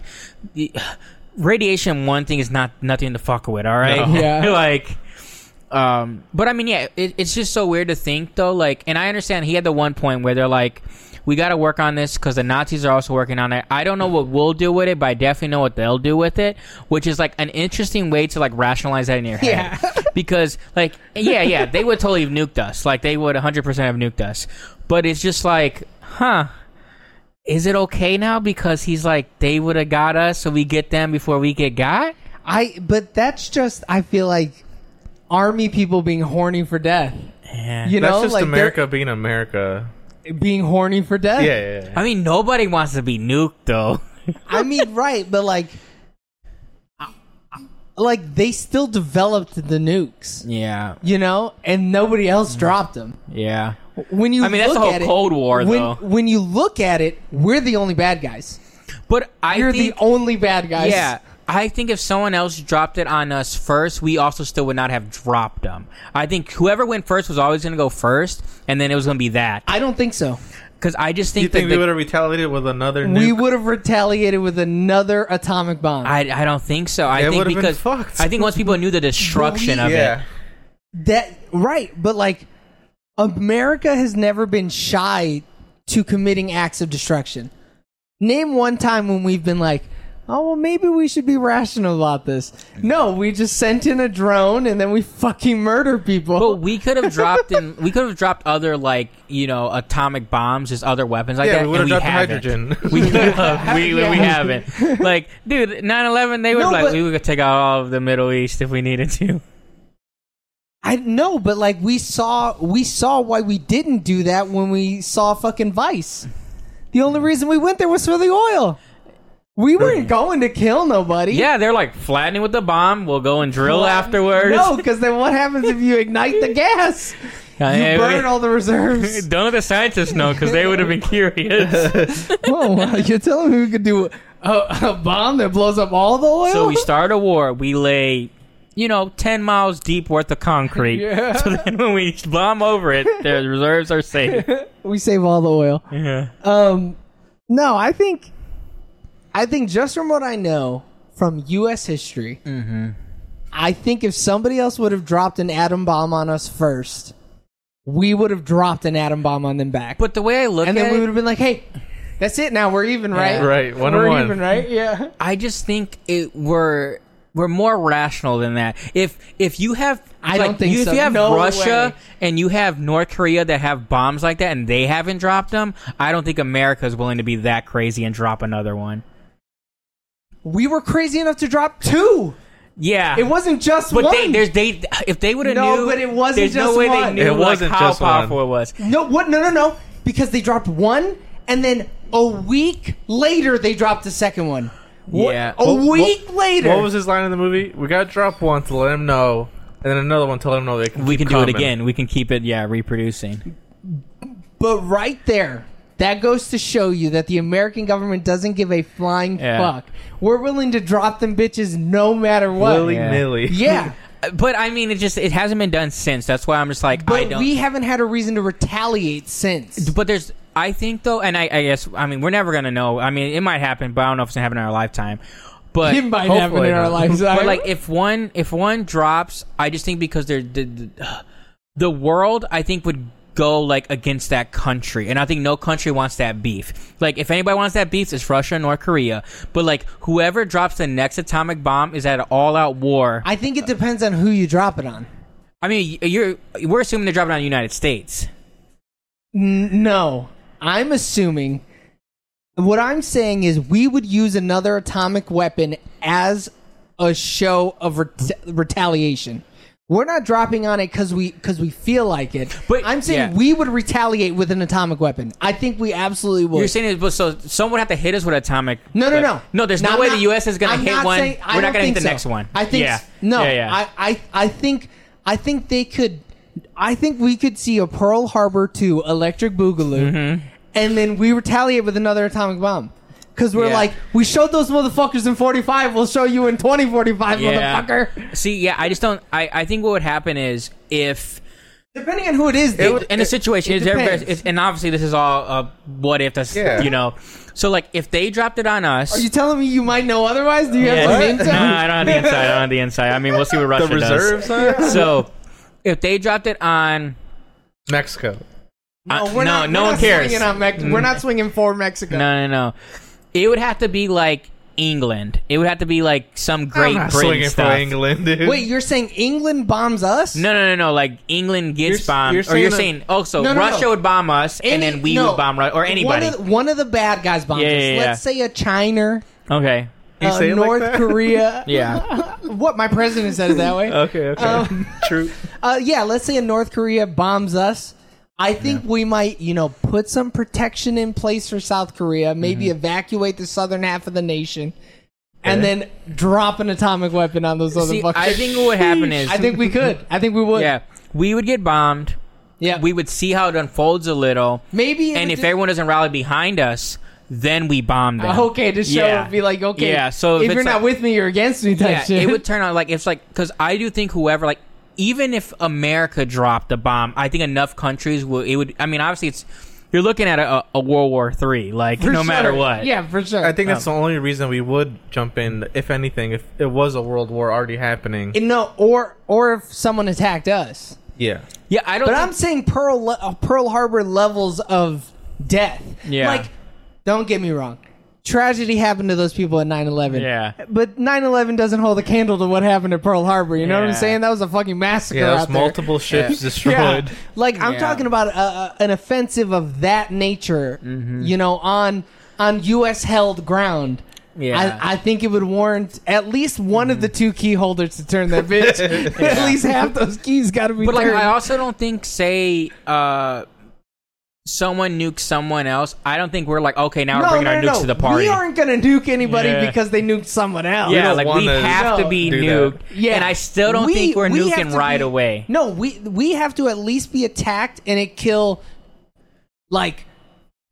B: the- radiation, one thing is not nothing to fuck with. All right,
A: No. Yeah.
B: like. Um, but I mean, yeah, it, it's just so weird to think though. Like, and I understand he had the one point where they're like, "We got to work on this because the Nazis are also working on it." I don't know what we'll do with it, but I definitely know what they'll do with it, which is like an interesting way to like rationalize that in your head.
A: Yeah.
B: because, like, yeah, yeah, they would totally have nuked us. Like, they would 100 percent have nuked us. But it's just like, huh. Is it okay now because he's like they would have got us, so we get them before we get got?
A: I, but that's just, I feel like army people being horny for death.
B: Yeah.
A: You
C: That's
A: know,
C: just
A: like they're
C: America being America.
A: being horny for death.
C: Yeah, yeah, yeah.
B: I mean, nobody wants to be nuked though.
A: I mean, right, but like, like they still developed the nukes,
B: Yeah,
A: you know, and nobody else dropped them.
B: yeah.
A: When you,
B: I mean, that's
A: look
B: the whole
A: at it-
B: Cold War,
A: when,
B: though.
A: When you look at it, we're the only bad guys.
B: But I
A: You're
B: think,
A: the only bad guys.
B: yeah, I think if someone else dropped it on us first, we also still would not have dropped them. I think whoever went first was always going to go first, and then it was going to be that.
A: I don't think so.
B: Because I just think
C: You
B: that
C: think we
B: the-
C: would have retaliated with another
A: We
C: nuke?
A: would have retaliated with another atomic bomb.
B: I, I don't think so. I
C: It
B: think
C: would've been
B: because
C: fucked.
B: I think once people knew the destruction of
C: yeah.
B: it,
A: that right, but like, America has never been shy to committing acts of destruction. Name one time when we've been like, oh, well, maybe we should be rational about this. No, we just sent in a drone and then we fucking murder people.
B: but we could have dropped in. We could have dropped other like you know atomic bombs, just other weapons like
C: Yeah,
B: that.
C: we would
B: and
C: have dropped the
B: haven't.
C: hydrogen.
B: We could have. We, we- we haven't. Like, dude, 9 11, they were
A: No,
B: like,
A: but-
B: we could take out all of the Middle East if we needed to.
A: I know, but like we saw, we saw why we didn't do that when we saw fucking Vice. The only reason we went there was for the oil. We weren't going to kill nobody.
B: Yeah, they're like, flatten it with the bomb. We'll go and drill afterwards.
A: No, because then what happens if you ignite the gas? You
B: I-
A: burn all the reserves.
B: don't let the scientists know because they would have been curious.
A: Whoa, wow, you're telling me we could do a, a bomb that blows up all the oil?
B: so we start a war. We lay, you know, 10 miles deep worth of concrete.
A: Yeah.
B: So then when we bomb over it, the reserves are safe.
A: we save all the oil.
B: Yeah.
A: Um, no, I think, I think just from what I know from U.S. history,
B: Mm-hmm.
A: I think if somebody else would have dropped an atom bomb on us first, we would have dropped an atom bomb on them back.
B: But the way I look
A: and
B: at
A: then we
B: it,
A: would have been like, "Hey, that's it. Now we're even, right?
C: Right, one and
A: we're
C: one.
A: even, right? Yeah."
B: I just think it we're we're more rational than that. If if you have
A: I don't
B: like,
A: think
B: you,
A: so.
B: if you have
A: No
B: Russia
A: way.
B: and you have North Korea that have bombs like that and they haven't dropped them, I don't think America is willing to be that crazy and drop another one.
A: We were crazy enough to drop two.
B: Yeah.
A: It wasn't just
B: but
A: one.
B: they, there's they if they would have
A: No,
B: knew
A: but it wasn't
B: there's no
A: just
B: way
A: one.
B: they knew
C: It
B: like,
C: wasn't
B: how
C: just one.
B: powerful it was.
A: no, what? No, no, no. Because they dropped one, and then a week later they dropped the second one. Wha-
B: Yeah.
A: a
C: What-
A: week
C: what-
A: later.
C: What was his line in the movie? We got to drop one to let him know, and then another one to let him know they can.
B: We
C: keep
B: can do it
C: coming.
B: again. We can keep it yeah, reproducing.
A: but right there, that goes to show you that the American government doesn't give a flying
B: Yeah.
A: fuck. We're willing to drop them bitches no matter what.
C: Willy nilly.
A: Yeah.
B: But I mean, it just it hasn't been done since. That's why I'm just like I
A: But
B: don't.
A: we haven't had a reason to retaliate since.
B: but there's I think though, and I, I guess I mean we're never gonna know. I mean, it might happen, but I don't know if it's gonna happen in our lifetime. But
A: It might happen
B: hopefully
A: in our
B: not.
A: lifetime.
B: But like if one if one drops, I just think because they're the, the, the world, I think would go like against that country, and I think no country wants that beef. Like if anybody wants that beef, it's Russia and North Korea. But like whoever drops the next atomic bomb is at an all out war. I,
A: I think it depends on who you drop it on.
B: mean, you're we're assuming they're dropping on the United States.
A: N- no, I'm assuming. What I'm saying is, we would use another atomic weapon as a show of ret- retaliation. We're not dropping on it because we because we feel like it.
B: But-
A: I'm saying
B: yeah.
A: we would retaliate with an atomic weapon. I think we absolutely would.
B: You're saying it, but so someone would have to hit us with atomic.
A: No, no, no.
B: No, there's no,
A: I'm
B: way
A: not-
B: the U.S. is going
A: I'm
B: to hit
A: not
B: one.
A: saying- I
B: We're not
A: don't
B: going to hit
A: think
B: the
A: so.
B: next one.
A: I think
B: Yeah.
A: s- no.
B: Yeah, yeah.
A: I, I I think I think they could. I think we could see a Pearl Harbor to Electric Boogaloo,
B: Mm-hmm.
A: and then we retaliate with another atomic bomb. Because we're
B: Yeah.
A: like, we showed those motherfuckers in 45, we'll show you in 2045,
B: Yeah.
A: motherfucker.
B: See, yeah, I just don't. I, I think what would happen is if
A: Depending on who it is, they,
B: in the situation
A: it
B: is everybody,
A: depends.
B: it's, and obviously this is all uh, what if that's
C: Yeah.
B: you know. So like if they dropped it on us.
A: Are you telling me you might know otherwise? Do you
B: Yeah.
A: have some
B: no,
A: intel?
B: I don't have the inside. I don't have the inside. I mean, we'll see what Russia
C: the reserves, huh?
B: does. So, if they dropped it on,
C: Mexico.
B: uh,
A: we're
B: no,
A: not-
B: no
A: we're
B: one
A: not
B: cares. Mm.
A: swinging on Mex- We're not swinging for Mexico.
B: No, no, no. It would have to be like England. It would have to be like some
C: I'm
B: Great
C: not
B: Britain
C: swinging
B: stuff.
C: for England, dude.
A: Wait, you're saying England bombs us?
B: No, no, no, no. Like England
C: You're
B: gets
C: s-
B: bombed,
C: you're
B: or you're
C: saying
B: saying also
A: No, no,
B: Russia
A: no.
B: would bomb us, and
A: Any-
B: then we
A: no.
B: would bomb Russia, or
A: One
B: anybody.
A: of, the, one of the bad guys bombs
B: Yeah,
A: us.
B: yeah, yeah.
A: Let's say a China,
B: okay.
C: You
A: uh,
C: say it like
A: North
C: that?
A: Korea.
B: Yeah. Uh,
A: what my president said it that way.
C: Okay, okay.
A: Um,
C: True.
A: Uh, yeah, let's say a North Korea bombs us. I think we might, you know, put some protection in place for South Korea. Maybe
B: Mm-hmm.
A: evacuate the southern half of the nation, and
C: Okay.
A: then drop an atomic weapon on those other
B: Eh? See,
A: fuckers.
B: I think what would happen is,
A: I think we could. I think we would.
B: yeah, we would get bombed.
A: yeah.
B: We would see how it unfolds a little,
A: maybe. it
B: and
A: would
B: if
A: just-
B: everyone doesn't rally behind us, then we bomb them.
A: okay, the show
B: Yeah.
A: would be like, okay,
B: Yeah, so if
A: if, you're
B: it's
A: not
B: like-
A: with me, you're against me. Type
B: yeah,
A: shit.
B: it would turn out like it's like because I do think whoever like even if America dropped a bomb, I think enough countries would it would. I mean, obviously it's you're looking at a, a World War Three, like
A: For
B: no matter
A: sure.
B: what.
A: Yeah, for sure.
C: I think that's the only reason we would jump in, if anything, if it was a world war already happening.
A: And no, or or if someone attacked us.
C: yeah.
B: yeah. I don't.
A: But
B: think-
A: I'm saying Pearl Le- uh, Pearl Harbor levels of death.
B: Yeah.
A: Like, don't get me wrong. Tragedy happened to those people at 9/11.
B: Yeah.
A: But 9/11 doesn't hold a candle to what happened at Pearl Harbor. You know what I'm
B: Yeah.
A: saying? That was a fucking massacre.
C: Yeah,
A: out
C: there's
A: there.
C: multiple ships
A: Yeah.
C: destroyed.
A: Like I'm
B: Yeah.
A: talking about a, a, an offensive of that nature.
B: Mm-hmm.
A: You know, on on U.S. held ground.
B: Yeah. Mm-hmm.
A: I, I think it would warrant at least one of the two key holders to turn that bitch. at least half those keys got to be
B: But like,
A: turned.
B: I also don't think say uh, someone nukes someone else. I don't think we're like okay now we're
A: no,
B: bringing
A: no,
B: our nukes
A: no,
B: to the party.
A: We aren't gonna nuke anybody
B: Yeah.
A: because they nuked someone else.
B: yeah,
C: don't
B: like we
C: wanna
B: have to be
C: do
B: nuked,
C: that.
A: Yeah.
B: and I still don't
A: We-
B: think we're
A: we have
B: nuking
A: to
B: right
A: be-
B: away.
A: No, we we have to at least be attacked and it kill like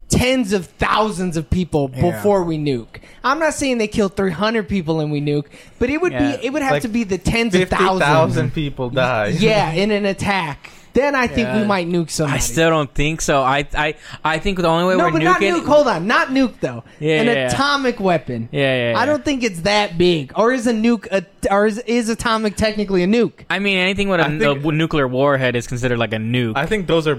A: tens of thousands of people before we nuke. I'm not saying they kill 300 people and we nuke, but it would
B: Yeah.
A: be it would have
C: Like
A: to be the tens of thousands.
C: 50,000 people died.
A: yeah, in an attack. Then I think we
B: Yeah.
A: might nuke somebody.
B: I still don't think so. I I I think the only way
A: no,
B: we're
A: but
B: nuking
A: not nuke. Hold on, not nuke though.
B: Yeah,
A: an
B: yeah, yeah.
A: atomic weapon.
B: Yeah, yeah, yeah.
A: I don't think it's that big. Or is a nuke? A, or is, is atomic technically a nuke?
B: I mean, anything with a,
C: think-
B: a nuclear warhead is considered like a nuke.
C: I think those are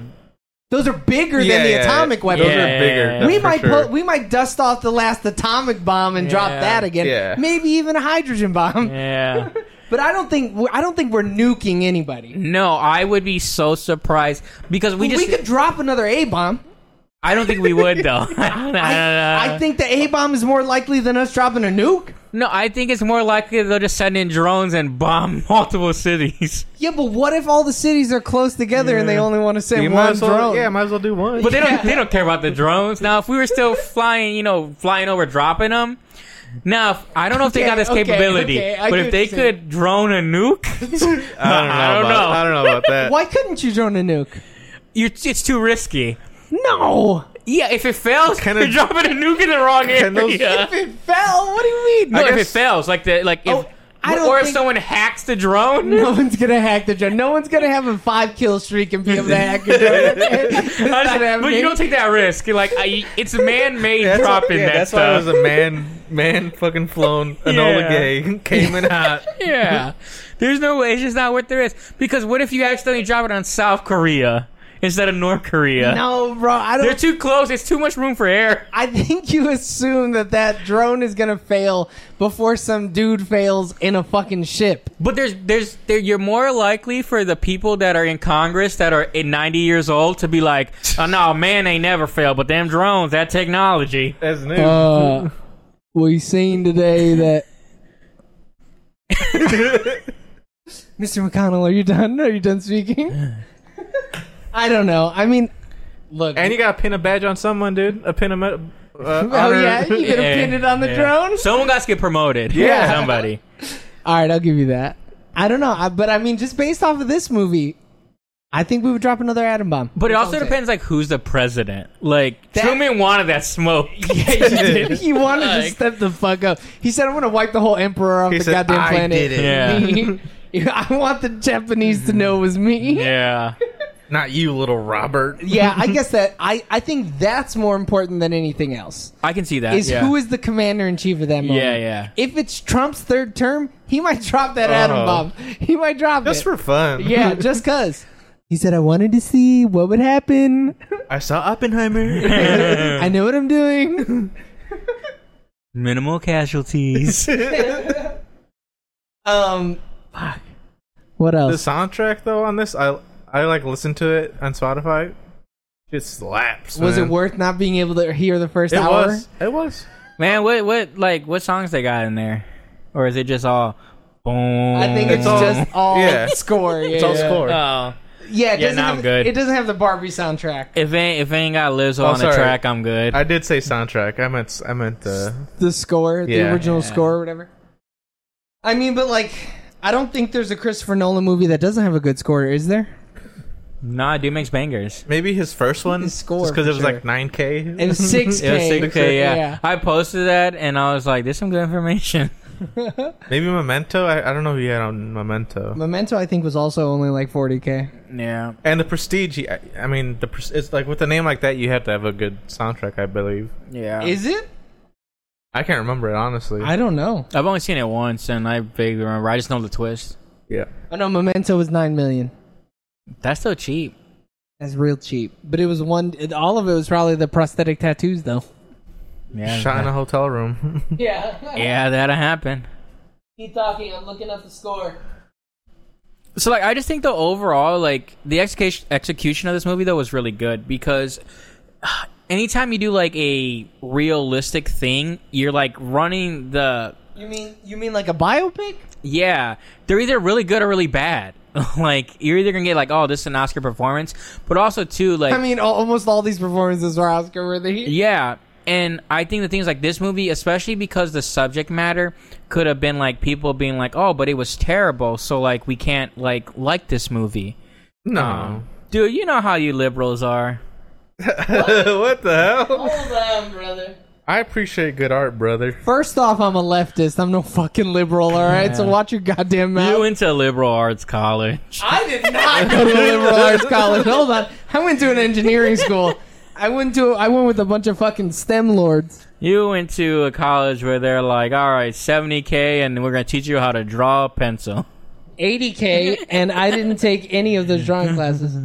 A: Those are bigger
C: yeah,
A: than the
C: yeah,
A: atomic
C: yeah.
A: weapon.
C: Those
B: Yeah,
C: are bigger.
B: yeah,
C: that's
A: we
C: for
A: might
C: sure.
A: put, we might dust off the last atomic bomb and drop
B: Yeah.
A: that again.
C: Yeah.
A: Maybe even a hydrogen bomb.
B: yeah.
A: But I don't think we- I don't think we're nuking anybody.
B: no, I would be so surprised because we
A: We,
B: just.
A: could drop another A bomb.
B: I don't think we would though. I, Uh,
A: I, I think the A bomb is more likely than us dropping a nuke.
B: no, I think it's more likely they'll just send in drones and bomb multiple cities.
A: Yeah, but what if all the cities are close together and they only want to send
C: You might
A: one
C: as well-
A: drone?
C: Yeah, might as well do one.
B: But they don't. They don't care about the drones now. If we were still flying, you know, flying over, dropping them. Now, if, I don't know if they got
A: Okay,
B: this
A: okay,
B: capability,
A: okay, I
B: but
A: get
B: if
A: what
B: they
A: you're saying.
B: could drone a nuke,
C: I don't know.
B: I don't
C: about,
B: know.
C: I don't know about that.
A: Why couldn't you drone a nuke?
B: you it's too risky.
A: No.
B: Yeah, if it fails,
C: Can
B: you're
C: it-
B: dropping a nuke in the wrong area.
C: can those-
A: If it fell, what do you mean?
B: No,
C: I
B: if it
C: guess-
B: fails, like the like if
A: Oh, I don't
B: or if
A: think-
B: someone hacks the drone.
A: No one's gonna hack the drone. No one's gonna have a five kill streak and be able to hack a drone. It's
B: I
A: not
B: just- but
A: happening.
B: you don't take that risk. You're Like I, it's a man-made
C: That's why-
B: dropping
C: yeah,
B: that
C: that's why it
B: stuff.
C: was a man, man fucking flown Enola
B: Yeah.
C: Gay came in hot.
B: yeah, there's no way. It's just not worth the risk. Because what if you accidentally drop it on South Korea instead of North Korea?
A: No, bro. I don't.
B: They're too close. It's too much room for air.
A: I think you assume that that drone is gonna fail before some dude fails in a fucking ship.
B: But there's there's there, you're more likely for the people that are in Congress that are in 90 years old to be like, oh no, man ain't never failed, but them drones, that technology.
C: That's new.
A: Uh, we seen today that. Mr. McConnell, are you done? Are you done speaking? I don't know. I mean, look.
C: and you gotta pin a badge on someone, dude. A pin a. me- Uh,
A: oh yeah, you could have
B: Yeah,
A: pinned it on the
B: Eh, yeah.
A: drone.
B: Someone got to get promoted.
C: Yeah.
B: somebody.
A: All right, I'll give you that. I don't know, I, but I mean, just based off of this movie, I think we would drop another atom bomb.
B: But it
A: That's
B: also
A: all I'm
B: depends, like, who's the president. Like, Truman wanted that smoke.
A: saying. he wanted to
B: Like-
A: step the fuck up. He said, "I'm going to wipe the whole emperor off
C: He
A: the
C: said,
A: goddamn
C: "I
A: planet."
C: did it.
A: I want the Japanese to know it was me.
B: yeah.
C: Not you, little Robert.
A: Yeah, I guess that I, I think that's more important than anything else.
B: I can see that.
A: Is
B: yeah.
A: who is the commander in chief of that moment?
B: Yeah, yeah. Uh-huh.
A: If it's Trump's third term, he might drop that atom
C: Oh.
A: bomb. He might drop
C: Just
A: it.
C: for fun.
A: yeah, just cause. He said I wanted to see what would happen.
C: I saw Oppenheimer.
A: I know what I'm doing.
B: Minimal casualties.
A: Um, fuck. What
C: the
A: else?
C: soundtrack though on this, I I like listened to it on Spotify. It slaps.
A: was it
C: man.
A: worth not being able to hear the first
C: It
A: hour?
C: was. It was.
B: Man, what, what, like, what songs they got in there? Or is it just all boom?
A: I think it's
C: all-
A: just all
C: yeah.
A: score. Yeah, Uh,
C: It's all
B: Oh.
C: score.
A: Yeah, it
B: Yeah,
A: doesn't
B: nah,
A: have,
B: I'm good.
A: It doesn't have the Barbie soundtrack.
B: If ain't, if ain't got Lizzo
C: Oh,
B: on the
C: sorry.
B: track, I'm good.
C: I did say soundtrack. I meant. I meant. Uh,
A: the score, the
C: Yeah.
A: original
B: Yeah.
A: score or whatever. I mean, but like, I don't think there's a Christopher Nolan movie that doesn't have a good score, is there?
B: nah, dude makes bangers.
C: maybe his first one.
A: His score,
C: Just because
A: for
C: it was
A: sure.
C: like nine k.
A: And 6K.
B: It was 6K, yeah.
A: Yeah.
B: I posted that and I was like, there's some good information.
C: Maybe Memento. I, I don't know who he had on Memento.
A: Memento, I think, was also only like 40K.
B: Yeah.
C: And the Prestige. he- I, I mean, the Pres- it's like with a name like that, you have to have a good soundtrack. I believe.
B: Yeah.
A: Is it?
C: I can't remember it honestly.
A: I don't know.
B: I've only seen it once and I vaguely remember. I just know the twist.
C: yeah.
A: Oh, no, Memento was 9 million.
B: That's so cheap.
A: That's real cheap. But it was one, it, all of it was probably the prosthetic tattoos, though.
B: Yeah.
C: Shot in a
B: that,
C: hotel room.
A: Yeah.
B: yeah, that'll happen.
A: Keep talking. I'm looking up the score.
B: So like I just think the overall like the execution execution of this movie though was really good because anytime you do like a realistic thing, you're like running the
A: You mean you mean like a biopic?
B: Yeah, they're either really good or really bad. like you're either gonna get like, oh, this is an Oscar performance, but also too like,
A: I mean, al- almost all these performances were Oscar worthy.
B: yeah. And I think the things like this movie, especially because the subject matter could have been like people being like, oh, but it was terrible, so like we can't like like this movie,
C: no.
B: dude. You know how you liberals are.
C: what the hell?
A: Hold on, brother.
C: I appreciate good art, brother.
A: First off, I'm a leftist. I'm no fucking liberal. All right, so watch your goddamn mouth.
B: You went to liberal arts college.
A: I did not go to liberal arts college. Hold on, I went to an engineering school. I went to I went with a bunch of fucking STEM lords.
B: You went to a college where they're like, all right, 70k, and we're gonna teach you how to draw a pencil.
A: 80k, and I didn't take any of those drawing classes.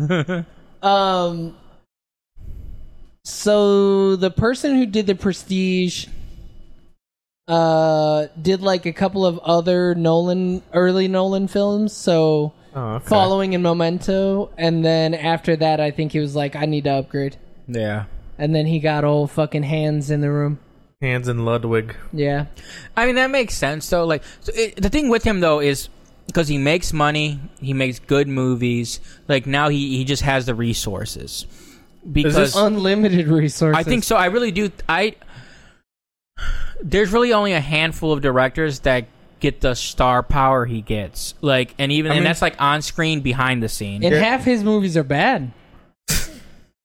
A: Um. So the person who did the Prestige, uh, did like a couple of other Nolan early Nolan films. So
C: Oh, okay.
A: following in Memento, and then after that, I think he was like, I need to upgrade.
B: Yeah.
A: And then he got old fucking hands in the room.
C: Hands in Ludwig.
A: Yeah.
B: I mean, that makes sense though. Like so it, the thing with him though is because he makes money, he makes good movies. Like now he he just has the resources because
C: this
A: Unlimited resources.
B: I think so. I really do. I there's really only a handful of directors that get the star power he gets. Like and even
C: I
B: and
C: mean-
B: that's like on screen behind the scene.
A: And half his movies are bad.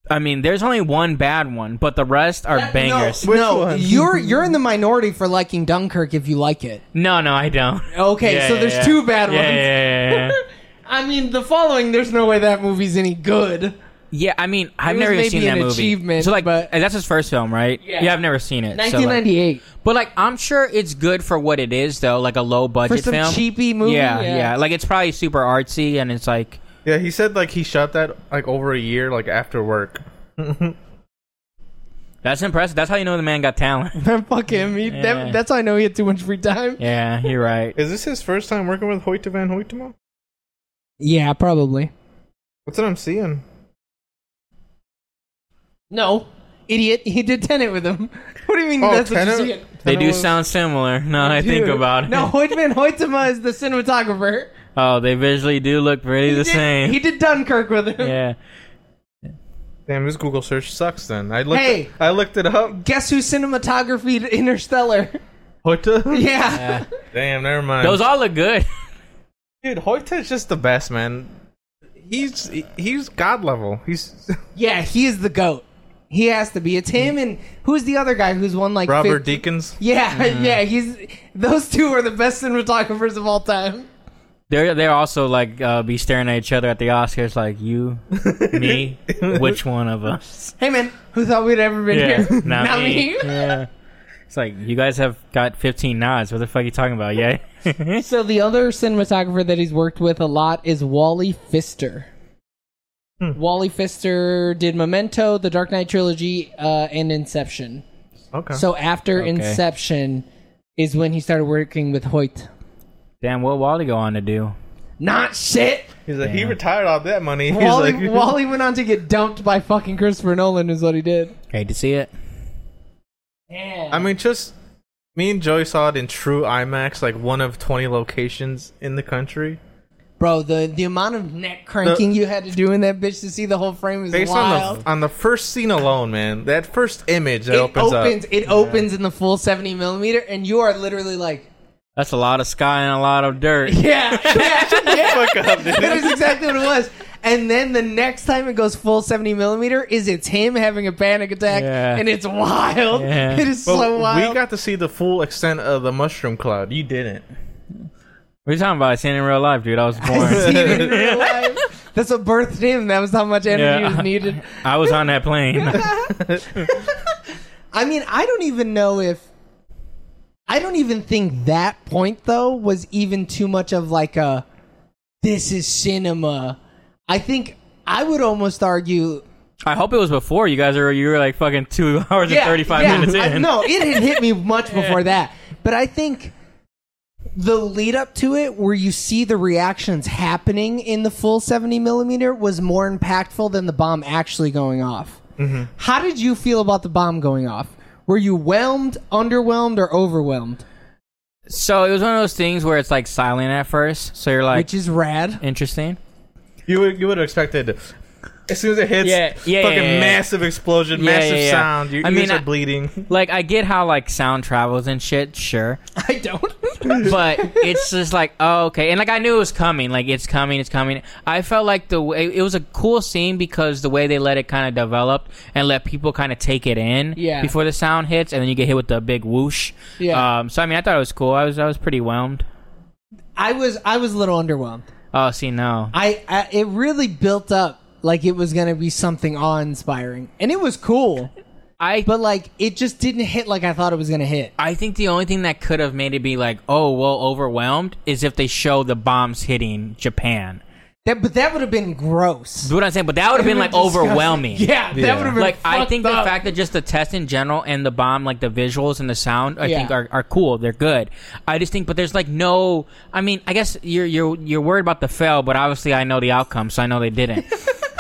B: I mean, there's only one bad one, but the rest are bangers.
A: No,
C: Which
A: no,
C: one?
A: you're you're in the minority for liking Dunkirk if you like it.
B: No, no, I don't.
A: Okay,
B: Yeah,
A: so
B: yeah,
A: there's
B: yeah.
A: two bad
B: Yeah,
A: ones.
B: yeah, yeah, yeah, yeah.
A: I mean, the following. There's no way that movie's any good.
B: Yeah, I mean, I've
A: was
B: never even
A: maybe
B: seen that
A: an
B: movie.
A: achievement,
B: so like,
A: but-
B: and that's his first film, right?
A: Yeah.
B: I've never seen it. so, like-
A: 1998
B: but like, I'm sure it's good for what it is, though. Like a low budget
A: for some
B: film.
A: cheapy movie.
B: yeah, yeah, Like it's probably super artsy, and it's like,
C: Yeah, he said like he shot that like over a year like after work.
B: that's impressive. That's how you know the man got talent.
A: Fuck him. He,
B: Yeah.
A: that, that's how I know he had too much free time. Yeah,
B: yeah, you're right.
C: Is this his first time working with Hoyte van Hoytema?
A: probably.
C: That's what I'm seeing.
A: No, idiot. He did Tenet with him. What do you mean?
C: Oh,
A: that's
C: Tenet-
A: what you see?
B: They
C: Tenet
B: do
C: was-
B: sound similar. Now that I think
A: Dude,
B: about it.
A: No, Hoytman Hoytema is the cinematographer.
B: Oh, they visually do look pretty the
A: did,
B: same.
A: He did Dunkirk with him.
B: yeah.
C: Damn, this Google search sucks. Then I looked.
A: Hey!
C: I looked it up.
A: Guess who cinematography Interstellar?
C: Hoyte.
A: Yeah.
C: Damn, never mind.
B: Those all look good.
C: Dude, Hoyte's just the best, man. He's he's god level. He's
A: Yeah, he is the GOAT. He has to be. It's him and who's the other guy who's won like
C: Robert
A: 50
C: Deakins.
A: Yeah,
B: Mm-hmm.
A: yeah, he's those two are the best cinematographers of all time.
B: They're they're also like uh, be staring at each other at the Oscars, like you, me, which one of us?
A: Hey man, who thought we'd ever been
B: Yeah,
A: here?
B: not,
A: Not
B: me.
A: me.
B: Yeah. It's like you guys have got 15 nods. What the fuck are you talking about? Yeah.
A: So the other cinematographer that he's worked with a lot is Wally Pfister.
B: Hmm.
A: Wally Pfister did Memento, The Dark Knight trilogy, uh, and Inception.
C: Okay.
A: So after
B: Okay.
A: Inception is when he started working with Hoyt.
B: Damn, what Wally go on to do?
A: Not shit.
C: he's like he
B: Damn.
C: retired all that money. He's
A: Wally,
C: like,
A: Wally went on to get dumped by fucking Christopher Nolan, is what he did.
B: Hate to see it.
C: I mean, just me and Joey saw it in true IMAX, like one of 20 locations in the country.
A: Bro, the, the amount of neck cranking you had to do in that bitch to see the whole frame is
C: Based
A: wild.
C: on the on the first scene alone, man, that first image that
A: it
C: opens,
A: opens,
C: up.
A: it opens in the full 70 millimeter, and you are literally like,
B: That's a lot of sky and a lot of dirt.
A: yeah, yeah, yeah.
C: Fuck up, dude.
A: that is exactly what it was. And then the next time it goes full 70 millimeter is it's him having a panic attack,
B: Yeah.
A: and it's wild.
B: Yeah.
A: It is
C: But
A: so wild.
C: we got to see the full extent of the mushroom cloud. You didn't.
B: What are you talking about? I seen it in real life, dude. I was
A: I've seen
B: born.
A: it in real life. That's what birthed him. That was how much energy
B: Yeah.
A: was needed.
B: I was on that plane.
A: I mean, I don't even know if I don't even think that point though was even too much of like a this is cinema. I think I would almost argue
B: I hope it was before you guys are. You were like fucking two hours and 35
A: yeah.
B: minutes in.
A: I- no, it had hit me much before that. But I think the lead up to it, where you see the reactions happening in the full 70 millimeter, was more impactful than the bomb actually going off.
B: Mm-hmm.
A: How did you feel about the bomb going off? Were you whelmed, underwhelmed, or overwhelmed?
B: So it was one of those things where it's like silent at first. So you're like,
A: Which is rad.
B: interesting.
C: You would you would have expected as soon as it hits,
B: Yeah, yeah,
C: fucking
B: yeah, yeah, yeah.
C: massive explosion,
B: Yeah,
C: massive
B: yeah, yeah.
C: sound. Your
B: I
C: ears
B: mean,
C: are
B: I-
C: bleeding.
B: Like I get how like sound travels and shit, sure,
A: I don't.
B: but it's just like oh, okay, and like I knew it was coming. Like it's coming, it's coming. I felt like the way it was a cool scene because the way they let it kind of develop and let people kind of take it in
A: Yeah.
B: before the sound hits, and then you get hit with the big whoosh.
A: Yeah.
B: Um. So I mean, I thought it was cool. I was I was pretty whelmed.
A: I was I was a little underwhelmed.
B: Oh, see, no.
A: I, I it really built up like it was gonna be something awe inspiring, and it was cool.
B: I
A: but like it just didn't hit like I thought it was gonna hit.
B: I think the only thing that could have made it be like, oh, well, overwhelmed is if they show the bombs hitting Japan.
A: That, but that would have been gross.
B: That's what I'm saying, but that would have been like overwhelming.
A: Yeah, that
C: Yeah.
A: would have been
B: Like I think
A: fucked
B: the
A: up.
B: fact that just the test in general and the bomb, like the visuals and the sound, I
A: Yeah.
B: think are, are cool. They're good. I just think, but there's like no. I mean, I guess you're you're you're worried about the fail, but obviously I know the outcome, so I know they didn't.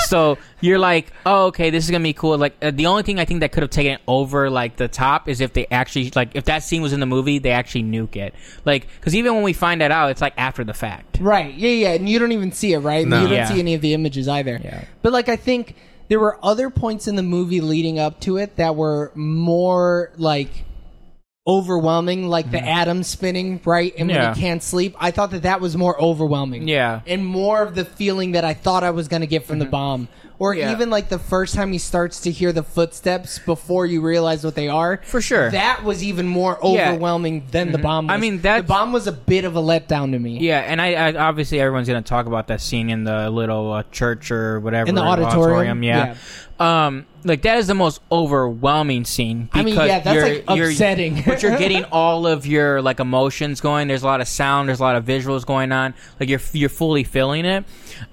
B: so you're like, oh, okay, this is gonna be cool. Like uh, the only thing I think that could have taken it over like the top is if they actually like if that scene was in the movie, they actually nuke it. Like because even when we find that out, it's like after the fact.
A: Right. Yeah, yeah. And you don't even see it, right?
C: No.
A: You don't
B: Yeah.
A: see any of the images either.
B: Yeah.
A: But like I think there were other points in the movie leading up to it that were more like overwhelming, like the atom spinning, right? And
B: Yeah.
A: when he can't sleep. I thought that that was more overwhelming.
B: Yeah.
A: And more of the feeling that I thought I was going to get from the bomb or
B: Mm-hmm. Yeah.
A: even like the first time he starts to hear the footsteps before you realize what they are.
B: For sure.
A: that was even more
B: Yeah. Mm-hmm.
A: overwhelming than the bomb. Was.
B: I mean,
A: that
B: that's-
A: the bomb was a bit of a letdown to me.
B: Yeah, and I, I obviously everyone's gonna talk about that scene in the little uh, church or whatever
A: In the auditorium,
B: yeah. um, like that is the most overwhelming scene. Because
A: I mean, yeah, that's,
B: you're,
A: like,
B: you're-
A: upsetting.
B: but you're getting all of your like emotions going. There's a lot of sound. There's a lot of visuals going on. Like you're you're fully feeling it.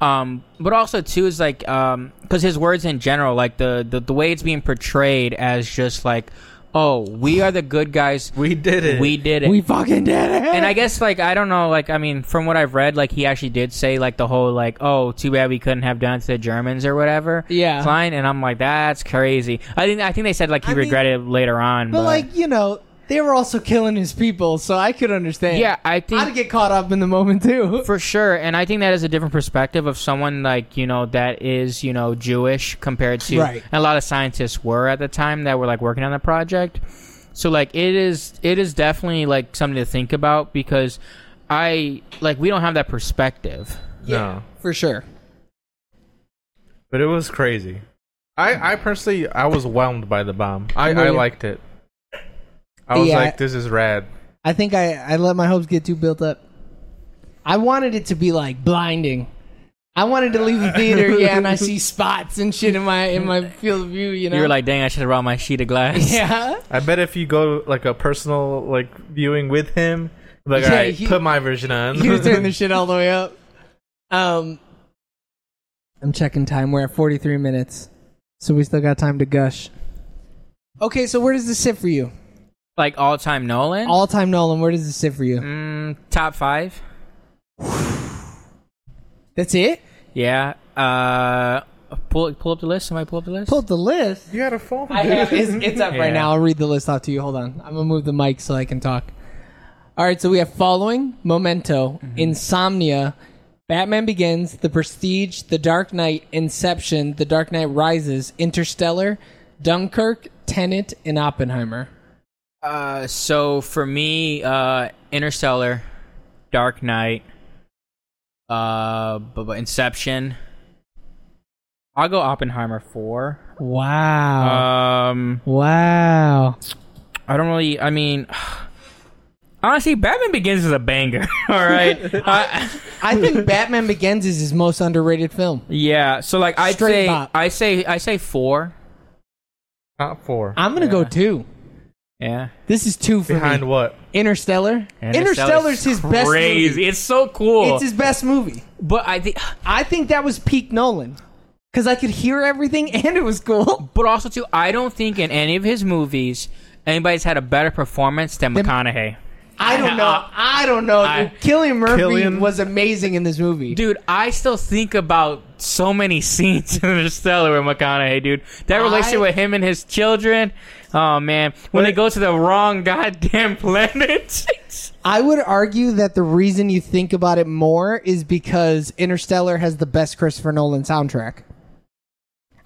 B: Um, but also too is like because his words in general, like the, the the way it's being portrayed as just like, oh, we are the good guys.
C: We did it.
B: We did it
A: we fucking did it.
B: and I guess like I don't know, like I mean, from what I've read, like he actually did say like the whole like, oh, too bad we couldn't have done it to the Germans or whatever.
A: Yeah.
B: line, and I'm like, that's crazy. I think I think they said like he
A: I mean-
B: regretted it later on, but,
A: but like you know, they were also killing his people, so I could understand.
B: yeah, I think
A: I'd get caught up in the moment too.
B: for sure, and I think that is a different perspective of someone like you know that is you know Jewish compared to
A: Right.
B: and a lot of scientists were at the time that were like working on the project. So like it is it is definitely like something to think about because I like we don't have that perspective.
C: No.
A: for sure.
C: But it was crazy. I, I personally, I was whelmed by the bomb. I,
A: Were
C: I
A: you?
C: liked it. I was
A: Yeah.
C: like, this is rad.
A: I think I, I let my hopes get too built up. I wanted it to be like blinding. I wanted to leave the theater, yeah, and I see spots and shit in my in my field of view. You know,
B: You were like, dang, I should have brought my sheet of glass.
A: yeah,
C: I bet if you go like a personal like viewing with him, like
A: Yeah,
C: all right,
A: he-
C: put my version on.
A: you would turn the shit all the way up. Um, I'm checking time. We're at 43 minutes, so we still got time to gush. Okay, so where does this sit for you?
B: Like all time Nolan?
A: All time Nolan. Where does this sit for you?
B: mm, top five?
A: That's it.
B: Yeah. Uh, pull, pull up the list. Somebody pull up the list.
A: Pull up the list.
C: You got a phone.
A: I
C: dude.
A: have, it's, it's up right
B: Yeah.
A: now. I'll read the list off to you. Hold on. I'm gonna move the mic so I can talk. All right. So we have following Memento, Insomnia, Batman Begins, The Prestige, The Dark Knight, Inception, The Dark Knight Rises, Interstellar, Dunkirk, Tenet, and Oppenheimer.
B: Uh, so for me, uh, Interstellar, Dark Knight, uh, bu- bu- Inception. I'll go Oppenheimer 4.
A: Wow.
B: Um,
A: wow.
B: I don't really. I mean, honestly, Batman Begins is a banger. All right. I-
A: I think Batman Begins is his most underrated film.
B: yeah. So like, I
A: Straight
B: say,
A: pop.
B: I say, I say four.
C: Top four.
A: I'm gonna go two.
B: Yeah.
A: This is two for
C: Behind
A: me.
C: what?
A: Interstellar. Interstellar's his best.
B: Crazy.
A: Movie.
B: It's so cool.
A: It's his best movie.
B: but I think,
A: I think that was peak Nolan because I could hear everything and it was cool.
B: but also too, I don't think in any of his movies anybody's had a better performance than McConaughey.
A: I don't know. I don't know.
B: I-
A: dude. Killian Murphy
C: Cillian-
A: was amazing in this movie.
B: Dude, I still think about so many scenes in Interstellar with McConaughey, dude. That relationship
A: I-
B: with him and his children. Oh man, when
C: But
B: they
C: it-
B: go to the wrong goddamn planet.
A: I would argue that the reason you think about it more is because Interstellar has the best Christopher Nolan soundtrack.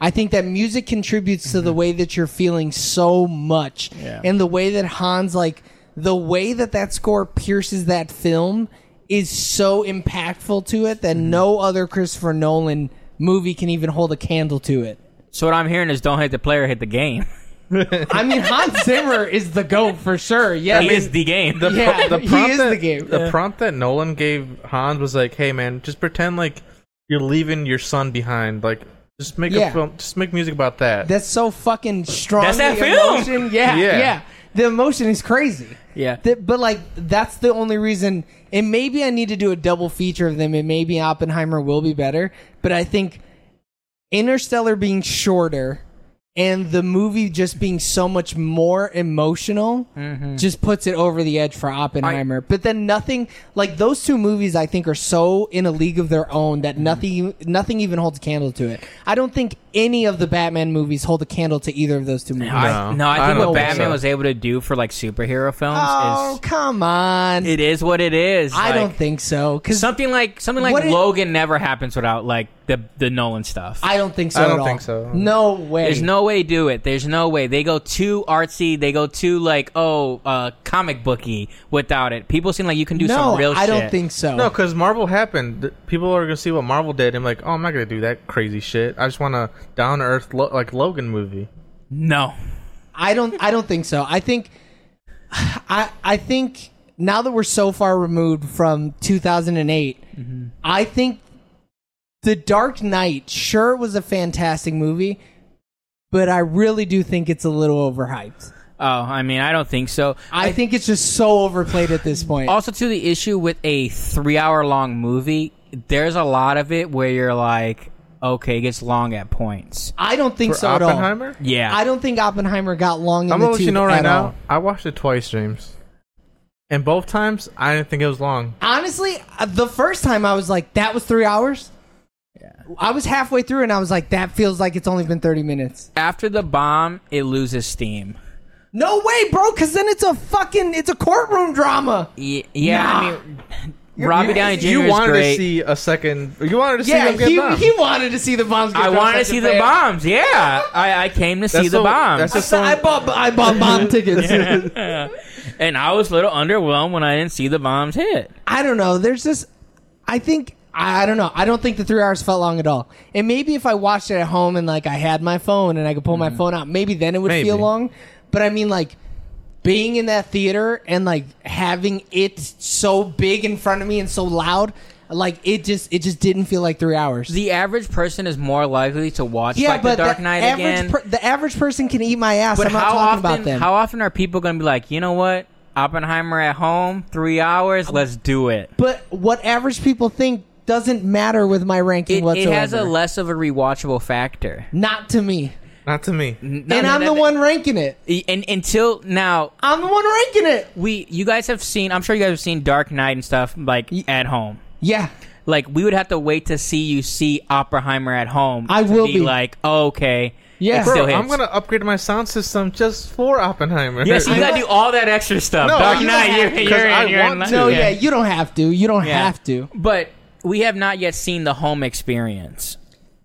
A: I think that music contributes to the way that you're feeling so much,
B: Yeah.
A: and the way that Hans like the way that that score pierces that film is so impactful to it that no other Christopher Nolan movie can even hold a candle to it.
B: so what I'm hearing is don't hit the player, hit the game.
A: I mean, Hans Zimmer is the goat for sure. Yeah,
B: He
A: I mean,
B: is the game.
C: The, pro-
A: Yeah,
C: the
A: he
C: prompt
A: is
C: that,
A: the game.
C: the prompt that Nolan gave Hans was like, "Hey man, just pretend like you're leaving your son behind. Like, just make
A: Yeah.
C: a film. Just make music about that."
A: That's so fucking strong.
B: That's that film.
A: Emotion. Yeah, yeah,
C: Yeah.
A: The emotion is crazy.
B: yeah.
A: Th- but like, that's the only reason. And maybe I need to do a double feature of them. And maybe Oppenheimer will be better. But I think Interstellar being shorter and the movie just being so much more emotional just puts it over the edge for Oppenheimer. but then nothing like those two movies I think are so in a league of their own that nothing nothing even holds a candle to it. I don't think any of the Batman movies hold a candle to either of those two movies.
B: I,
C: No,
B: no, I
C: I
B: think
C: don't
B: what
C: think
B: Batman
C: so.
B: was able to do for like superhero films
A: oh, come on.
B: is it is what it is.
A: I don't
B: Like,
A: think so. Because
B: something like something like
A: What it-
B: Logan never happens without like the the Nolan stuff.
A: I don't think so.
C: I
A: at
C: don't
A: all.
C: think so.
A: No way.
B: There's no way to do it. There's no way. They go too artsy. They go too like oh uh, comic booky without it. People seem like you can do
A: no.
B: some real
A: I don't
B: shit.
A: think so.
C: No, because Marvel happened. Th- People are gonna see what Marvel did. and be like, oh, I'm not gonna do that crazy shit. I just want a down to earth lo- like Logan movie.
B: No.
A: I don't. I don't think so. I think. I I think now that we're so far removed from 2008,
C: Mm-hmm.
A: I think the Dark Knight sure it was a fantastic movie, but I really do think it's a little overhyped.
B: Oh, I mean, I don't think so.
A: I think it's just so overplayed at this point.
B: also to the issue with a three hour long movie there's a lot of it where you're like okay it gets long at points
A: I don't think
C: For
A: so at all.
C: Oppenheimer,
B: yeah
A: I don't think Oppenheimer got long in
C: I'm
A: the
C: gonna let
A: tooth
C: you know right
A: at
C: now.
A: all.
C: I watched it twice, James, and both times I didn't think it was long.
A: Honestly, uh, the first time I was like, "That was three hours." I was halfway through and I was like, "That feels like it's only been thirty minutes."
B: after the bomb it loses steam
A: No way, bro, because then it's a fucking it's a courtroom drama.
B: Y- yeah i
A: Nah.
B: mean robbie downey jr
C: you
B: is
C: wanted
B: great
C: to see a second. You wanted to see
A: Yeah,
C: them get
A: he,
C: bombed.
A: he wanted to see the bombs. Get
B: i
A: dropped
B: wanted to
A: like
B: see
A: a
B: the
A: fan.
B: bombs yeah i, I came to see
C: That's
B: the
C: so-
B: bombs
C: that's so-
A: So I bought I bought bomb tickets.
B: and i was a little underwhelmed when i didn't see the bombs hit
A: I don't know. There's this. I think I I don't know. I don't think the three hours felt long at all. And maybe if I watched it at home and like I had my phone and I could pull
B: Mm-hmm.
A: my phone out, maybe then it would
C: Maybe.
A: feel long. But I mean, like being in that theater and like having it so big in front of me and so loud, like it just it just didn't feel like three hours.
B: the average person is more likely to watch
A: yeah,
B: like
A: but
B: the dark knight
A: average
B: again
A: Per, the average person can eat my ass.
B: But
A: I'm not
B: how
A: talking
B: often?
A: about them.
B: How often are people going to be like, you know what? Oppenheimer at home, three hours. Let's do it.
A: but what average people think doesn't matter with my ranking
B: It, it
A: whatsoever.
B: has a less of a rewatchable factor.
A: not to me.
C: Not to me.
B: I mean,
A: and I'm
B: that-
A: the one ranking it.
B: And until now,
A: I'm the one ranking it.
B: we you guys have seen. I'm sure you guys have seen Dark Knight and stuff like at home.
A: Yeah.
B: Like we would have to wait to see you see Oppenheimer at home.
A: I
B: to
A: will be.
B: like, oh, okay,
A: Yeah.
B: It
A: Bro,
B: still
C: Bro,
B: hits.
C: I'm gonna upgrade my sound system just for Oppenheimer.
B: Yes, you
A: I
B: gotta
A: know-
B: do all that extra stuff.
C: No,
B: Dark
C: you
A: don't
B: Knight,
A: have-
B: you're,
C: 'cause
B: you're,
C: I
B: in, you're in.
C: want
B: luck.
C: to.
A: No,
C: Okay.
A: yeah, you don't have to. You don't
B: Yeah.
A: have to.
B: But we have not yet seen the home experience.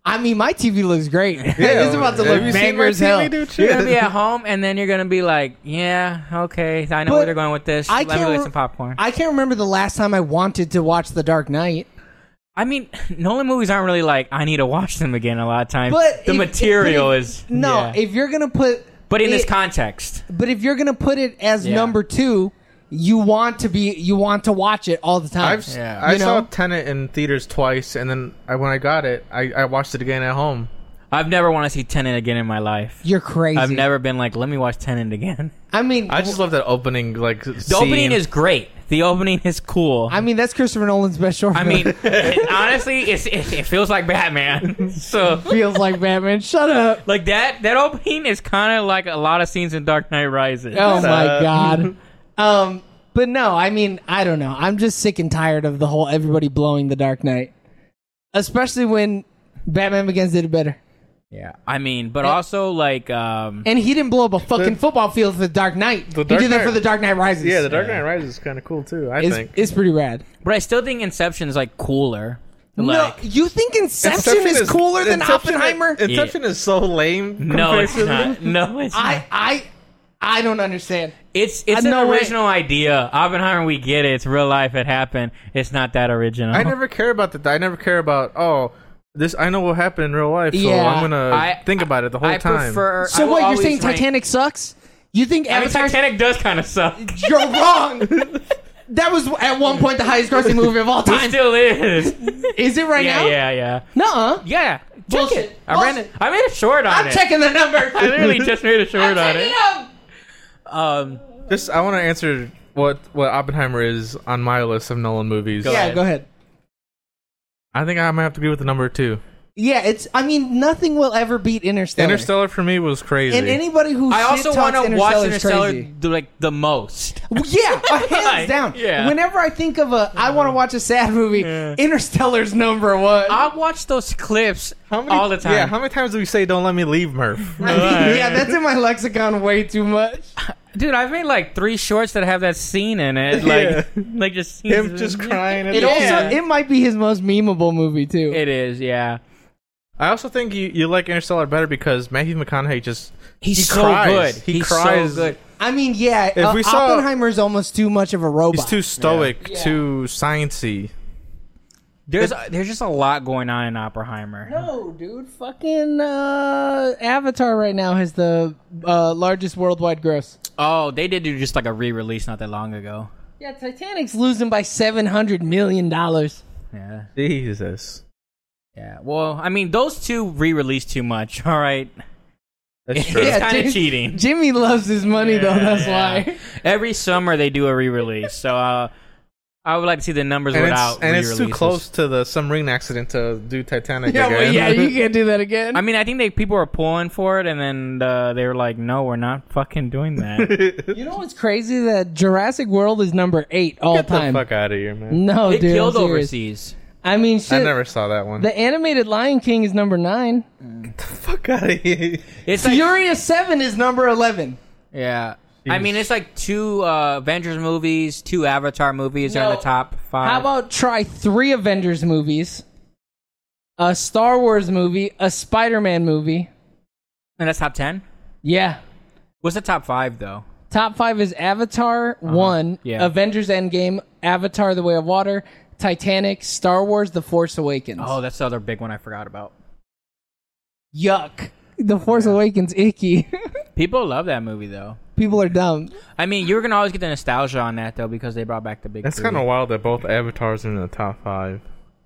A: I mean, my TV looks great. it's about to
C: have
A: look
C: you seen
A: banger
C: my
A: as hell.
C: TV, dude?
B: You're gonna
C: Shit.
B: be at home, and then you're gonna be like, "Yeah, okay, I know
A: But
B: where they're going with this.
A: I
B: Let me
A: can't
B: go
A: re-
B: get some popcorn." I,
A: I can't remember the last time I wanted to watch The Dark Knight.
B: mean, Nolan movies aren't really like I need to watch them again a lot of times.
A: But
B: the
A: if-
B: material
A: but if-
B: is
A: no.
B: yeah.
A: If you're gonna put,
B: but in this
A: it-
B: context,
A: but if you're gonna put it as
B: Yeah.
A: number two, you want to be, you want to watch it all the time.
C: I've
B: Yeah.
C: I
A: You know?
C: saw Tenet in theaters twice, and then I, when I got it, I, I watched it again at home.
B: I've never want to see Tenet again in my life.
A: You're crazy.
B: I've never been like, "Let me watch Tenet again."
A: I mean,
C: I just love that opening. Like the
B: The opening is great. The opening is cool.
A: I mean, that's Christopher Nolan's best short.
B: I
A: film.
B: mean, it- honestly, it's, it, it feels like Batman. so.
A: feels like Batman. Shut up.
B: Like that, that opening is kind of like a lot of scenes in Dark Knight Rises.
A: Oh
C: So-
A: my god. Um, but no, I mean, I don't know. I'm just sick and tired of the whole everybody blowing the Dark Knight, especially when Batman Begins did it better,
B: Yeah, I mean, but also like, um,
A: and he didn't blow up a fucking football field for the Dark Knight.
C: The Dark
A: he did that
C: Knight-
A: for the Dark Knight Rises.
C: yeah, The Dark Knight Rises is kind of cool too. I
A: it's,
C: think
A: it's pretty rad.
B: but I still think Inception is like cooler.
A: no,
B: Like,
A: you think Inception, is, cooler than
C: Inception-
A: Oppenheimer?
C: Inception is so lame.
B: no,
C: compared
B: it's
C: to-
B: not. No, it's not.
A: I, I, I don't understand.
B: It's it's
A: I-
B: an
A: no way.
B: original idea. Oppenheimer, we get it. It's real life. It happened. It's not that original.
C: I never care about that. I never care about oh this. I know will happen in real life, so
A: Yeah.
C: I'm gonna
B: I-
C: think about it the whole
B: I
C: time.
B: prefer. I
A: So
B: will
A: what? You're
B: always
A: saying
B: rank-
A: Titanic sucks? You think
B: I mean,
A: Avatar?
B: Titanic does kind of suck.
A: You're wrong. That was at one point the highest grossing movie of all
B: It
A: time.
B: still is.
A: Is it right
B: yeah,
A: now?
B: yeah, yeah,
A: Nuh-uh.
B: yeah. Check
A: Bullshit.
B: it. I ran it.
A: Bullshit.
B: I made a short on
A: I'm
B: it.
A: checking the number.
B: I literally just made a short on
A: Check
B: it.
A: it out.
B: Um,
C: Just I want to answer what what Oppenheimer is on my list of Nolan movies.
B: Go
A: yeah,
B: ahead.
A: go ahead.
C: I think I might have to agree with the number two.
A: Yeah, it's. I mean, nothing will ever beat Interstellar.
C: Interstellar for me was crazy.
A: And anybody who
B: I also
A: want to
B: watch
A: Interstellar.
B: Interstellar
A: is crazy.
B: the, like the most.
A: Well, yeah, uh, hands
B: Like,
A: down.
B: yeah. Mm.
A: Whenever I think of a, I want to watch a sad movie. Interstellar's number one.
B: I watch those clips
C: How many-
B: all the time.
C: Yeah, how many times do we say "Don't let me leave, Murph"?
A: yeah, that's in my lexicon way too much.
B: Dude, I've made like three shorts that have that scene in it. Like, like just scenes
C: him
B: of-
C: just crying. at
A: It
C: the end.
A: also, it might be his most memeable movie too.
B: It is, yeah.
C: I also think you, you like Interstellar better because Matthew McConaughey just
B: He's
C: he
B: so
C: cries.
B: good.
C: He
B: He's
C: cries.
B: so good.
A: I mean, yeah,
C: If
A: uh,
C: we saw-
A: Oppenheimer's almost too much of a robot.
C: He's too stoic,
A: Yeah.
C: too sciency.
B: There's there's just a lot going on in Oppenheimer.
A: No, dude, fucking uh, Avatar right now has the uh, largest worldwide gross.
B: Oh, they did do just like a re-release not that long ago.
A: Yeah, Titanic's losing by seven hundred million dollars.
B: Yeah,
C: Jesus,
B: yeah. Well, I mean, those two re-released too much. All right,
C: that's
B: It's
C: true.
B: Yeah. kinda
A: Jim-
B: cheating.
A: Jimmy loves his money though. That's why.
B: every summer they do a re-release, so uh, I would like to see the numbers
C: And, it's,
B: without
C: and it's too
B: re-releases.
C: close to the submarine accident to do Titanic
A: Yeah, well,
C: again.
A: yeah, you can't do that again.
B: I mean, I think they people were pulling for it, and then uh, they were like, "No, we're not fucking doing that."
A: you know what's crazy? That Jurassic World is number eight all
C: Get the
A: time.
C: fuck out of here, man!
A: No,
B: it
A: dude, I'm
B: killed
A: serious.
B: overseas.
A: I mean, shit.
C: I never saw that one.
A: The animated Lion King is number nine.
C: fuck out of here!
B: It's like,
A: Furious Seven is number eleven.
B: yeah. I mean, it's like two uh, Avengers movies, two Avatar movies are in
A: No.
B: the top five.
A: How about try three Avengers movies, a Star Wars movie, a Spider-Man movie?
B: and that's top ten?
A: Yeah.
B: What's the top five though?
A: Top five is Avatar One,
B: Uh-huh. Yeah.
A: Avengers Endgame, Avatar: The Way of Water, Titanic, Star Wars: The Force Awakens.
B: Oh, that's the other big one I forgot about.
A: yuck! The Force Awakens icky.
B: People love that movie though.
A: People are dumb.
B: I mean, you're gonna always get the nostalgia on that though because they brought back the big.
C: That's
B: three.
C: kind of wild that both avatars are in the top five.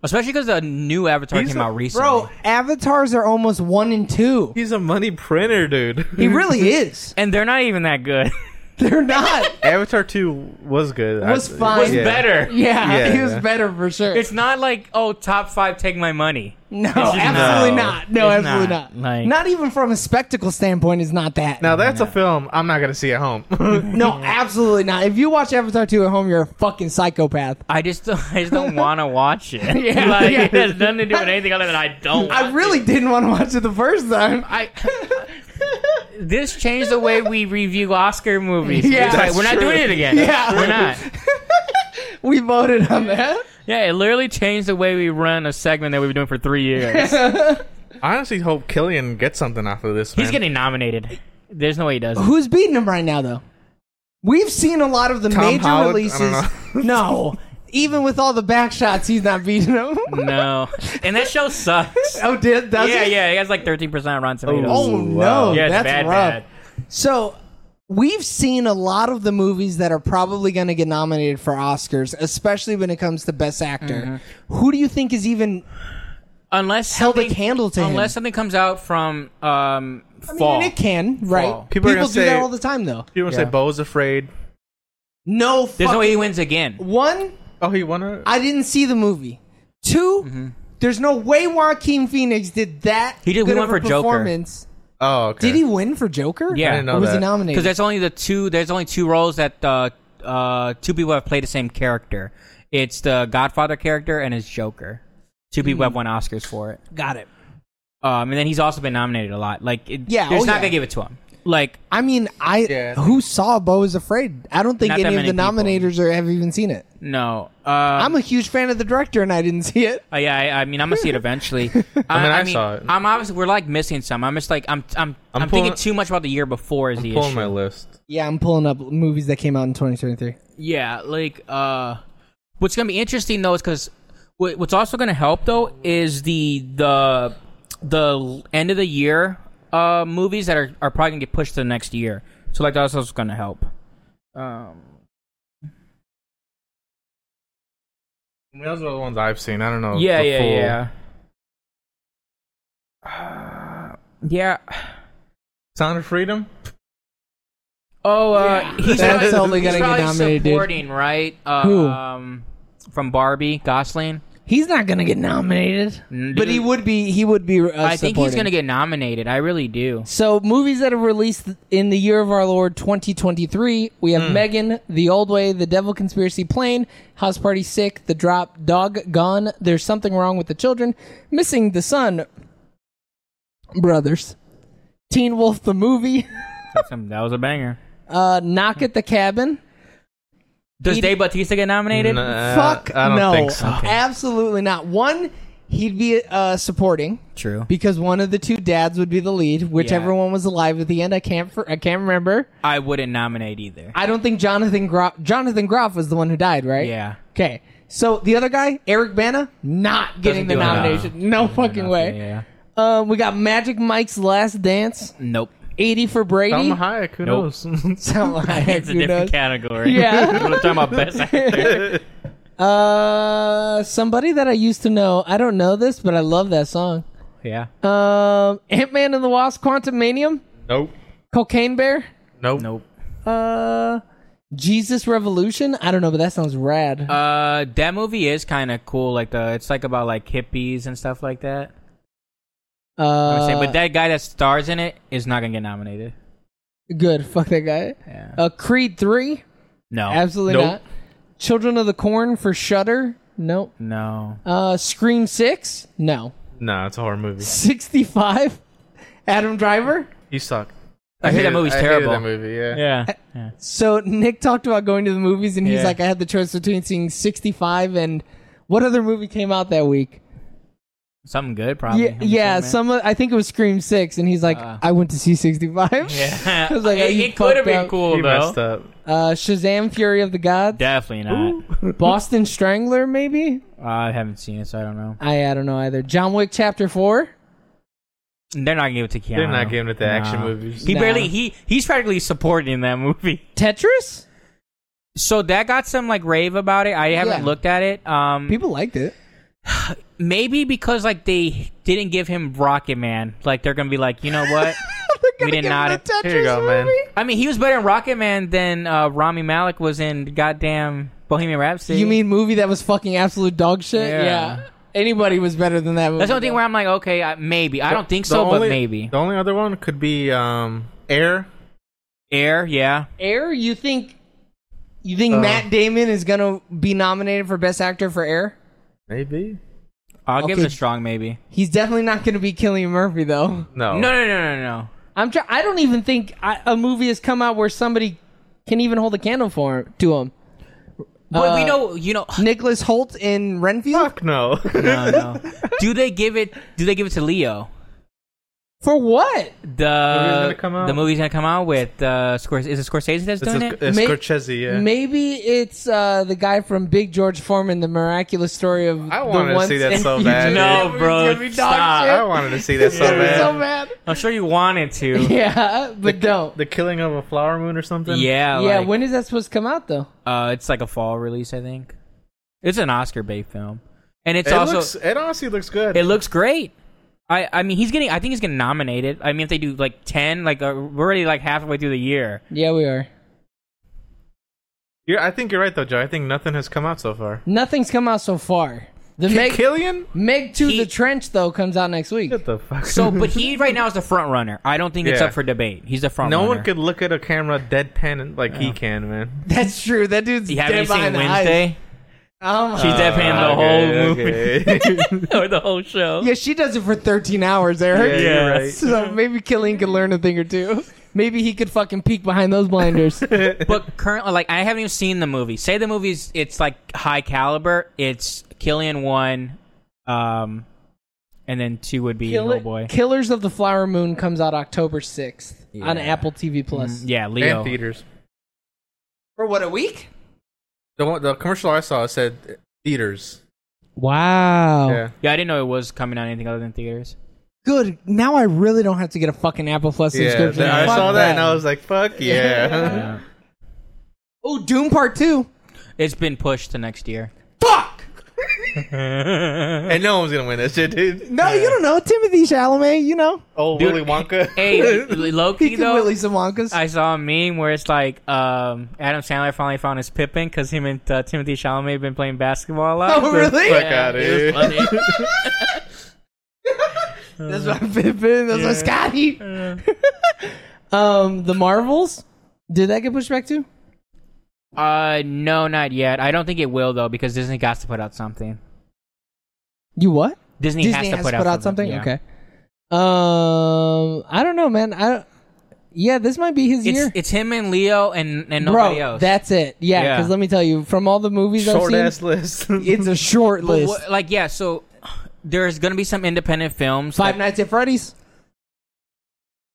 B: especially because the new Avatar
C: He's
B: came
C: a-
B: out recently.
A: Bro, avatars are almost one and two.
C: He's a money printer, dude.
A: He really is.
B: and they're not even that good.
A: They're not.
C: Avatar Two was good.
A: Was fine.
B: It's
A: Yeah.
B: better.
A: Yeah,
C: Yeah.
A: he was better for sure.
B: It's not like oh, top five, take my money.
A: no,
B: just
A: absolutely
B: no.
A: not. No,
B: It's
A: absolutely
B: not.
A: not.
B: Like-
A: not even from a spectacle standpoint, is not that.
C: Now that's a film I'm not gonna see at home.
A: no, absolutely not. If you watch Avatar 2 at home, you're a fucking psychopath.
B: I just don't, I just don't want to watch it.
A: Yeah.
B: like
A: Yeah.
B: it has nothing to do with anything other than I don't.
A: I
B: want
A: really
B: it.
A: didn't want to watch it the first time.
B: I. This changed the way we review Oscar movies.
A: Yeah.
B: It's like,
A: That's
B: we're not
C: true.
B: doing it again.
A: Yeah.
B: we're not.
A: we voted on that.
B: Yeah, it literally changed the way we run a segment that we've been doing for three years.
C: I honestly hope Killian gets something off of this. Man.
B: He's getting nominated. There's no way he doesn't.
A: Who's beating him right now, though? We've seen a lot of the
C: Tom
A: major
C: Holland? I
A: releases.
C: don't
A: no, even with all the back shots, he's not beating him.
B: No. And that show sucks.
A: oh, did does
B: yeah,
A: it?
B: yeah. He has like 13% on Rotten Tomatoes.
A: Oh
C: Wow.
A: no,
B: yeah, it's
A: that's
B: bad,
A: rough.
B: bad.
A: So we've seen a lot of the movies that are probably going to get nominated for Oscars, especially when it comes to Best Actor.
B: Mm-hmm.
A: Who do you think is even?
B: Unless
A: Held a
B: something-
A: candle to him.
B: Unless something comes out from um,
A: I
B: fall.
A: mean, it can, right?
B: Fall.
C: People are gonna
A: do
C: say-
A: that all the time, though.
C: You want to
B: Yeah.
C: say Bo's afraid?
A: No,
B: There's no
A: fucking-
B: way he wins again.
A: one.
C: Oh, he won a
A: I didn't see the movie. 2 there's no way Joaquin Phoenix did that.
B: Mm-hmm. He did
A: good
B: win
A: of
B: for
A: a
B: Joker.
A: performance.
C: Oh, okay.
A: Did he win for Joker?
B: Yeah. I
C: didn't know
A: Or was he
C: that.
A: nominated?
B: Because there's only the two. There's only two roles that uh, uh, two people have played the same character. It's the Godfather character and his Joker. Two people
A: Hmm.
B: have won Oscars for it.
A: Got it.
B: Um, and then he's also been nominated a lot. Like, it,
A: Yeah,
B: there's
A: oh,
B: not
A: yeah.
B: gonna give it to him. Like,
A: I mean, I
C: Yeah.
A: who saw Bo is Afraid? I don't think
B: Not that
A: any of the
B: many
A: nominators are, have even seen it.
B: no. Uh,
A: I'm a huge fan of the director, and I didn't see it.
B: Uh, yeah, I, I mean, I'm gonna see it eventually. I,
C: mean, I saw it.
B: I'm obviously we're like missing some. I'm just like I'm I'm I'm,
C: I'm
B: thinking
C: pulling-
B: too much about the year before is
C: I'm
B: the
C: pulling
B: issue.
C: my list.
A: Yeah, I'm pulling up movies that came out in 2023.
B: yeah, like uh, what's gonna be interesting though is because what, what's also gonna help though is the the the end of the year uh movies that are are probably gonna get pushed to the next year. So like that's also gonna help. Um,
C: I mean, those are the ones I've seen. I don't know.
B: yeah,
C: Oh, the
B: yeah,
C: full-
B: yeah. Uh, yeah.
C: Sound of Freedom.
B: Oh, uh, he's
A: That's
B: probably,
A: only
B: he's
A: gonna get
B: probably
A: nominated, dude.
B: supporting, right? Uh,
A: Who?
B: Um, from Barbie, Gosling.
A: He's not gonna get nominated,
B: Mm,
A: but he
B: dude.
A: would be. He would be. Uh,
B: I think he's
A: supporting.
B: gonna get nominated. I really do.
A: So movies that have released in the year of our Lord 2023, we have Megan, The Old Way, The Devil Conspiracy Plane, House Party Sick, The Drop, Dog Gone, There's Something Wrong with the Children, Missing the Sun, Brothers, Teen Wolf the Movie,
B: That's some- that was a banger.
A: uh, Knock at the Cabin.
B: Does
A: He-
B: Dave Bautista get nominated?
C: Nah,
A: Fuck
C: I don't
A: no,
C: think so.
A: absolutely not. One, he'd be uh, supporting.
B: True.
A: Because one of the two dads would be the lead, whichever
B: Yeah.
A: one was alive at the end. I can't, for, I can't remember.
B: I wouldn't nominate either.
A: I don't think Jonathan Groff, Jonathan Groff was the one who died, right?
B: Yeah.
A: Okay. So the other guy, Eric Bana, not getting the
B: do it.
A: nomination. No, fucking way.
B: Yeah.
A: Um, we got Magic Mike's Last Dance,
B: Nope.
A: 80 for Brady.
C: Salma Hayek, who
B: Nope.
C: knows?
A: Salma Hayek,
B: It's a
A: who
B: different
A: knows?
B: category.
A: Yeah.
B: We're talking about best actor.
A: Uh, somebody that I used to know. I don't know this, but I love that song.
B: Yeah.
A: Um, Ant Man and the Wasp, Quantum Manium,
C: nope.
A: Cocaine Bear,
C: Nope.
B: Nope.
A: uh, Jesus Revolution. I don't know, but that sounds rad.
B: Uh, that movie is kind of cool. Like the, it's like about like hippies and stuff like that. I would say,
A: Uh,
B: but that guy that stars in it is not gonna get nominated.
A: Uh, good. Fuck that guy.
B: Yeah. Oh,
A: Uh, Creed 3.
B: no.
A: Absolutely
C: Nope.
A: not. Children of the Corn for Shudder. Nope.
B: no.
A: Uh, Scream Six. No.
C: Nah, it's a horror movie.
A: Sixty-five. Adam Driver.
C: You suck.
B: I, hear that movie's terrible.
C: I hated that movie. Yeah.
B: Yeah.
A: So Nick talked about going to the movies, and he's
B: Yeah.
A: like, I had the choice between seeing Sixty-five and what other movie came out that week?
B: Something good, probably.
A: yeah, yeah. Some. I think it was Scream Six, and he's like,
B: Uh.
A: I went to see Sixty-five.
B: Yeah.
A: I was like, "Are
B: it
A: you
B: could
A: fucked
B: have been
A: up?"
B: cool
C: he
B: though.
C: messed up.
A: Uh, Shazam: Fury of the Gods.
B: Definitely not.
A: Boston Strangler, maybe.
B: I haven't seen it, so I don't know.
A: I I don't know either. John Wick Chapter Four.
B: They're not giving it to Keanu.
C: They're not giving it the action
B: No.
C: movies.
B: He
A: Nah.
B: barely he he's practically supporting that movie.
A: Tetris.
B: So that got some like rave about it. I haven't
A: Yeah.
B: looked at it. Um,
A: People liked it.
B: maybe because like they didn't give him Rocket Man. Like they're gonna be like, you know what?
A: Gonna
B: did
A: give
B: not-
A: him the Tetris
C: Here you go, man.
A: movie?
B: I mean, he was better in Rocket Man than uh, Rami Malik was in goddamn Bohemian Rhapsody.
A: You mean movie that was fucking absolute dog shit? Yeah.
B: Yeah.
A: Anybody was better than that movie.
B: that's the only thing where I'm like, okay, I, maybe I don't think so,
C: The
B: but
C: only-
B: maybe
C: The only other one could be um, Air.
B: Air, yeah,
A: Air, you think you think
C: Uh,
A: Matt Damon is gonna be nominated for Best Actor for Air?
C: Maybe.
B: I'll give
A: Okay.
B: it a strong maybe.
A: He's definitely not gonna be Killian Murphy though.
C: No.
B: No, no, no, no, no.
A: I'm try- I don't even think I- a movie has come out where somebody can even hold a candle for him, to him.
B: But we
A: Uh,
B: know, you know,
A: Nicholas Holt in Renfield
C: Fuck no.
B: no, no. do they give it? Do they give it to Leo?
A: for what?
B: The
C: movie's gonna come out.
B: the movie's gonna come out with uh, Scors- is it Scorsese that's
C: it's
B: doing
C: a,
B: it?
C: it's
A: May-
C: Scorsese, yeah.
A: Maybe it's uh, the guy from Big George Foreman, the miraculous story of
C: I
A: the
C: wanted to
A: once
C: see that
A: and
C: so
A: future-
C: bad, dude.
B: No,
A: It's
B: bro,
A: gonna be dog
B: stop.
A: shit.
C: I wanted to see that so
A: It's
C: bad.
A: so bad.
B: I'm sure you wanted to.
A: Yeah, but don't.
C: The killing of a flower moon or something.
B: Yeah,
A: yeah,
B: like,
A: when is that supposed to come out though?
B: uh, it's like a fall release, I think. It's an Oscar bait film, and it's
C: It
B: also
C: looks. It honestly looks good.
B: it looks great. I I mean he's getting I think he's getting nominated. I mean if they do like ten, like uh, we're already like halfway through the year.
A: Yeah, we are.
C: You're, I think you're right though, Joe. I think nothing has come out so far.
A: Nothing's come out so far. The
C: Ki-
A: Meg,
C: Killian?
A: Meg Two:
B: He-
A: The Trench though comes out next week.
C: What the fuck?
B: So, but he right now is the front runner. I don't think it's
C: Yeah.
B: up for debate. He's the front.
C: no
B: runner.
C: one could look at a camera deadpan and- like he can, man.
A: That's true. That dude's
B: You haven't
A: dead
B: you seen
A: behind the eyes.
B: Wednesday?
A: Oh my-
B: She's
C: Uh,
B: deadpan the whole movie or the whole show.
A: yeah, she does it for 13 hours, Eric.
C: Yeah, you're
B: Yes.
C: right.
A: So maybe Killian can learn a thing or two. Maybe he could fucking peek behind those blinders.
B: But currently, like I haven't even seen the movie. Say the movie's it's like high caliber. It's Killian one, um, and then two would be
A: Kill-
B: Oh boy.
A: Killers of the Flower Moon comes out October 6th on
B: Yeah.
A: Apple TV Plus.
C: Mm,
B: Yeah, Leo.
C: and theaters.
A: For what a week?
C: The one, the commercial I saw said uh, theaters.
A: Wow.
C: Yeah.
B: Yeah, I didn't know it was coming out anything other than theaters.
A: Good. Now I really don't have to get a fucking Apple Plus
C: Yeah,
A: subscription.
C: th- I
A: Fuck
C: saw that and I was like, "Fuck yeah!"
A: Oh, Doom Part Two.
B: It's been pushed to next year.
A: Fuck.
C: and no one's gonna win that shit, dude.
A: No, you don't know Timothy Chalamet. You know
C: Oh,
B: Dude,
C: Willy Wonka.
B: Hey, low
A: he
B: key
A: can
B: though,
A: Willy some Wonkas.
B: I saw a meme where it's like um, Adam Sandler finally found his Pippin because him and uh, Timothy Chalamet have been playing basketball a lot.
A: oh really?
C: Fuck outta
B: it was funny.
A: That's my Pippin. That's my Scotty. um, the Marvels. Did that get pushed back too?
B: uh, no, not yet. I don't think it will though because Disney got to put out something.
A: You what?
B: Disney,
A: Disney
B: has to put, out
A: something.
B: yeah.
A: Okay. Um, I don't know, man. I don't- yeah, this might be his year.
B: It's, it's him and Leo and, and nobody
A: Bro,
B: else.
A: that's it. Yeah,
B: Yeah.
A: because let me tell you, from all the movies
C: Short
A: I've
C: ass
A: seen,
C: list.
A: it's a short
B: But
A: list.
B: what- like yeah, so there's gonna be some independent films.
A: Five
B: that-
A: Nights at Freddy's.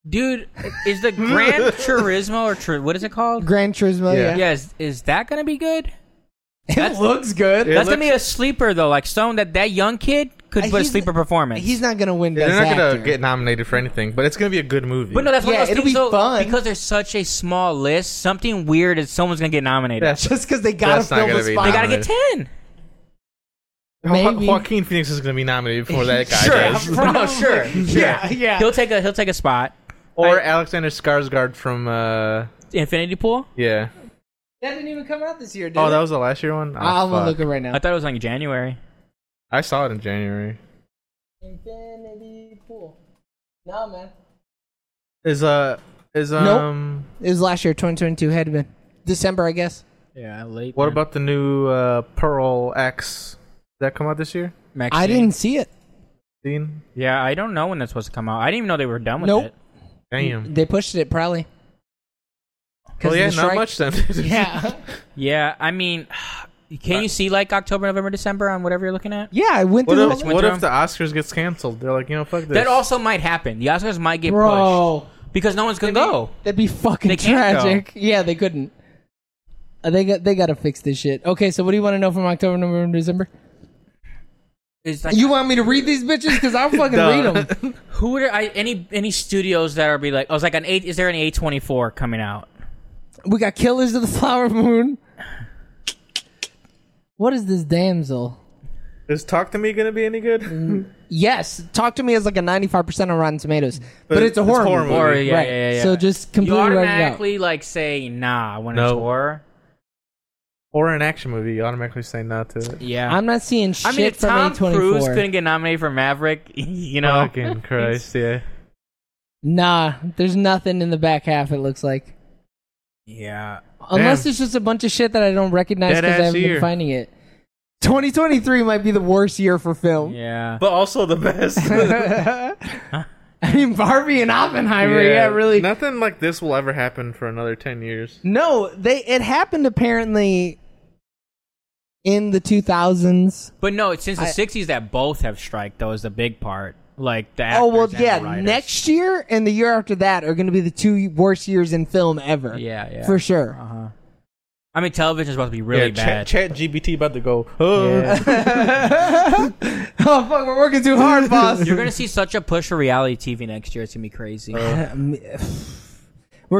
B: dude, is the Gran Turismo or Tur- what is it called?
A: Gran Turismo.
C: Yeah.
A: Yeah,
B: yeah, is, is that gonna be good?
A: it looks good.
C: It
B: That's gonna
C: looks-
B: be a sleeper though. Like someone that that young kid could
A: Uh,
B: put a
A: he's-
B: sleeper performance.
A: He's not gonna win.
C: Yeah,
A: Best
C: they're not
A: actor.
C: gonna get nominated for anything, but it's gonna be a good movie.
B: but no, that's one
A: Yeah,
B: of those
A: it'll
B: things,
A: be
B: though,
A: fun.
B: because there's such a small list. Something weird is someone's gonna get nominated.
C: That's-
A: just because they gotta
C: That's not
A: fill the
C: gonna be
A: spot.
B: they gotta get ten.
C: Jo-
A: maybe.
C: Joaquin Phoenix is gonna be nominated before that guy
B: sure,
C: does.
B: for- no, sure.
A: yeah, yeah.
B: He'll take a he'll take a spot.
C: Or
B: I-
C: Alexander Skarsgård from uh
B: Infinity Pool.
C: yeah.
A: That didn't even come out this year, dude.
C: Oh, that was the last year one. Oh,
A: I'm gonna
C: fuck.
A: look it right now.
B: I thought it was like January.
C: I saw it in January.
A: Infinity Pool. Nah, man.
C: Is uh is um
A: It was last year, 2022. Had to been December, I guess.
B: Yeah, late.
C: what about the new uh Pearl X? Did that come out this year?
B: Maxine?
A: I didn't see it.
C: Dean?
B: Yeah, I don't know when that's supposed to come out. I didn't even know they were done with
A: Nope.
B: it.
C: Damn.
A: They pushed it probably. 'Cause
C: Well
A: of
C: yeah,
A: the
C: not
A: strike.
C: much then.
A: Yeah,
B: Yeah, I mean, can you see like October, November, December on whatever you're looking at?
A: yeah. I went
C: What
A: through. the
C: if,
B: went
A: whole-
C: what
B: down.
C: if the Oscars gets canceled? They're like, you know, fuck this.
B: That also might happen. The Oscars might get
A: Bro,
B: pushed because no one's gonna go.
A: that'd be fucking
B: They can't go.
A: tragic. Yeah, they couldn't. Uh, they got they got to fix this shit. Okay, so what do you want to know from October, November, December?
B: It's like
A: You want me to read these bitches? Because I'll fucking
C: Duh.
A: read them.
B: who would I any any studios that are be like? I was like an eight. Is there an A twenty four coming out?
A: We got Killers of the Flower Moon. What is this damsel?
C: Is Talk to Me gonna be any good?
A: Yes, Talk to Me is like a 95% on Rotten Tomatoes, but,
C: But
A: it's a
C: it's
A: horror,
C: horror
A: movie.
C: movie.
B: Or yeah,
A: right.
B: yeah, yeah.
A: So just
B: you
A: completely write it out.
B: automatically like say nah when it's
C: No.
B: horror.
C: or an action movie, you automatically say no to it.
B: Yeah,
A: I'm not seeing shit
B: I mean, if
A: from
B: Tom
A: A24.
B: Cruise couldn't get nominated for Maverick, you know,
C: Fucking Christ, yeah.
A: Nah, there's nothing in the back half. It looks like,
B: yeah.
A: unless it's just a bunch of shit that I don't recognize because
C: Dead
A: I
C: ass
A: haven't been
C: year.
A: finding it. 2023 might be the worst year for film.
B: Yeah.
C: But also the best.
A: I mean, Barbie and Oppenheimer. Yeah, really.
C: Nothing like this will ever happen for another ten years.
A: No, they it happened apparently in the 2000s.
B: But no, it's since the
A: I-
B: '60s that both have strike though is the big part. Like the
A: Oh
B: actors
A: well,
B: and the
A: yeah.
B: writers.
A: Next year and the year after that are going to be the two worst years in film ever.
B: Yeah, yeah.
A: for sure.
B: Uh huh. I mean, television is about to be really bad.
C: Chat, GBT about to go. Oh.
A: Oh fuck, we're working too hard, boss.
B: You're gonna see such a push for reality TV next year. It's gonna be crazy.
A: we're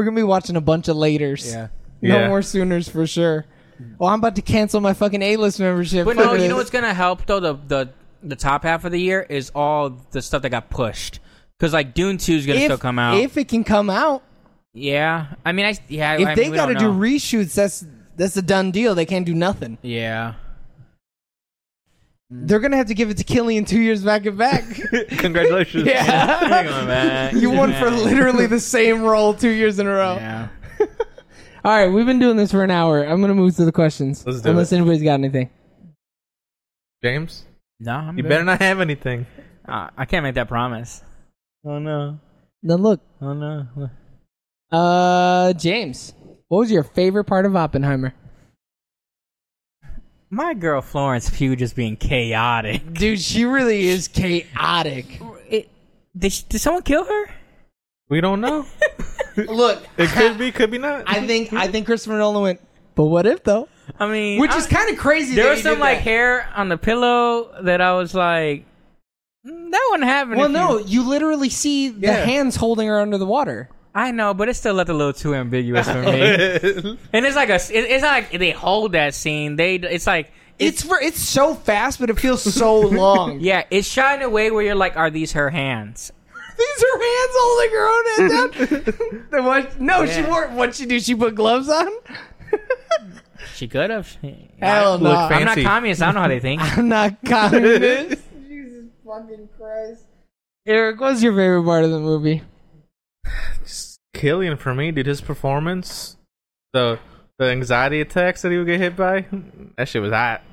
A: gonna be watching a bunch of laters.
B: yeah.
A: No
C: Yeah.
A: more Sooners for sure. Well, I'm about to cancel my fucking A list membership.
B: But
A: Fuck
B: no, you
A: this.
B: know what's gonna help though the the the top half of the year is all the stuff that got pushed. Because like Dune Two is gonna
A: if,
B: still come out.
A: If it can come out,
B: yeah. I mean, I yeah.
A: if
B: I mean,
A: they
B: we
A: got to
B: don't
A: do
B: know.
A: reshoots, that's that's a done deal. They can't do nothing.
B: yeah. Mm.
A: They're gonna have to give it to Killian two years back and back.
C: Congratulations.
A: yeah, you won for literally the same role two years in a row.
B: Yeah.
A: All right, we've been doing this for an hour. I'm gonna move to the questions,
C: Let's do
A: unless
C: it.
A: anybody's got anything.
C: James,
B: No, I'm
C: you
B: good.
C: better not have anything.
B: Uh, I can't make that promise.
C: Oh no.
A: Then look,
B: Oh no.
A: uh, James, what was your favorite part of Oppenheimer?
B: My girl Florence Pugh just being chaotic.
A: Dude, she really is chaotic.
B: It, did, she- did someone kill her?
C: We don't know.
A: Look,
C: It could be, could be not.
A: I think I think Christopher Nolan went. But what if though?
B: I mean,
A: Which
B: I-
A: is kind of crazy.
B: there
A: that
B: was
A: he
B: some
A: did
B: like
A: that.
B: hair on the pillow that I was like, "Mm, that wouldn't happen.
A: Well,
B: if
A: no,
B: you-"
A: you literally see the
C: Yeah.
A: hands holding her under the water.
B: I know, but it still left a little too ambiguous for me. and it's like a, it- it's not like they hold that scene. They, it's like
A: It's for it's so fast, but it feels so long.
B: Yeah, it's shot in a way where you're like, are these her hands?
A: These are hands holding her own hand down. The one- no, she
B: Yeah.
A: wore. What she do? She put gloves on.
B: She could have.
A: Hell no!
C: look
B: I'm not
C: Fancy.
B: communist. I don't know how they think.
A: I'm not communist. Jesus fucking Christ! Eric, what's your favorite part of the movie?
C: Killian for me, dude. His performance, the the anxiety attacks that he would get hit by, that shit was hot.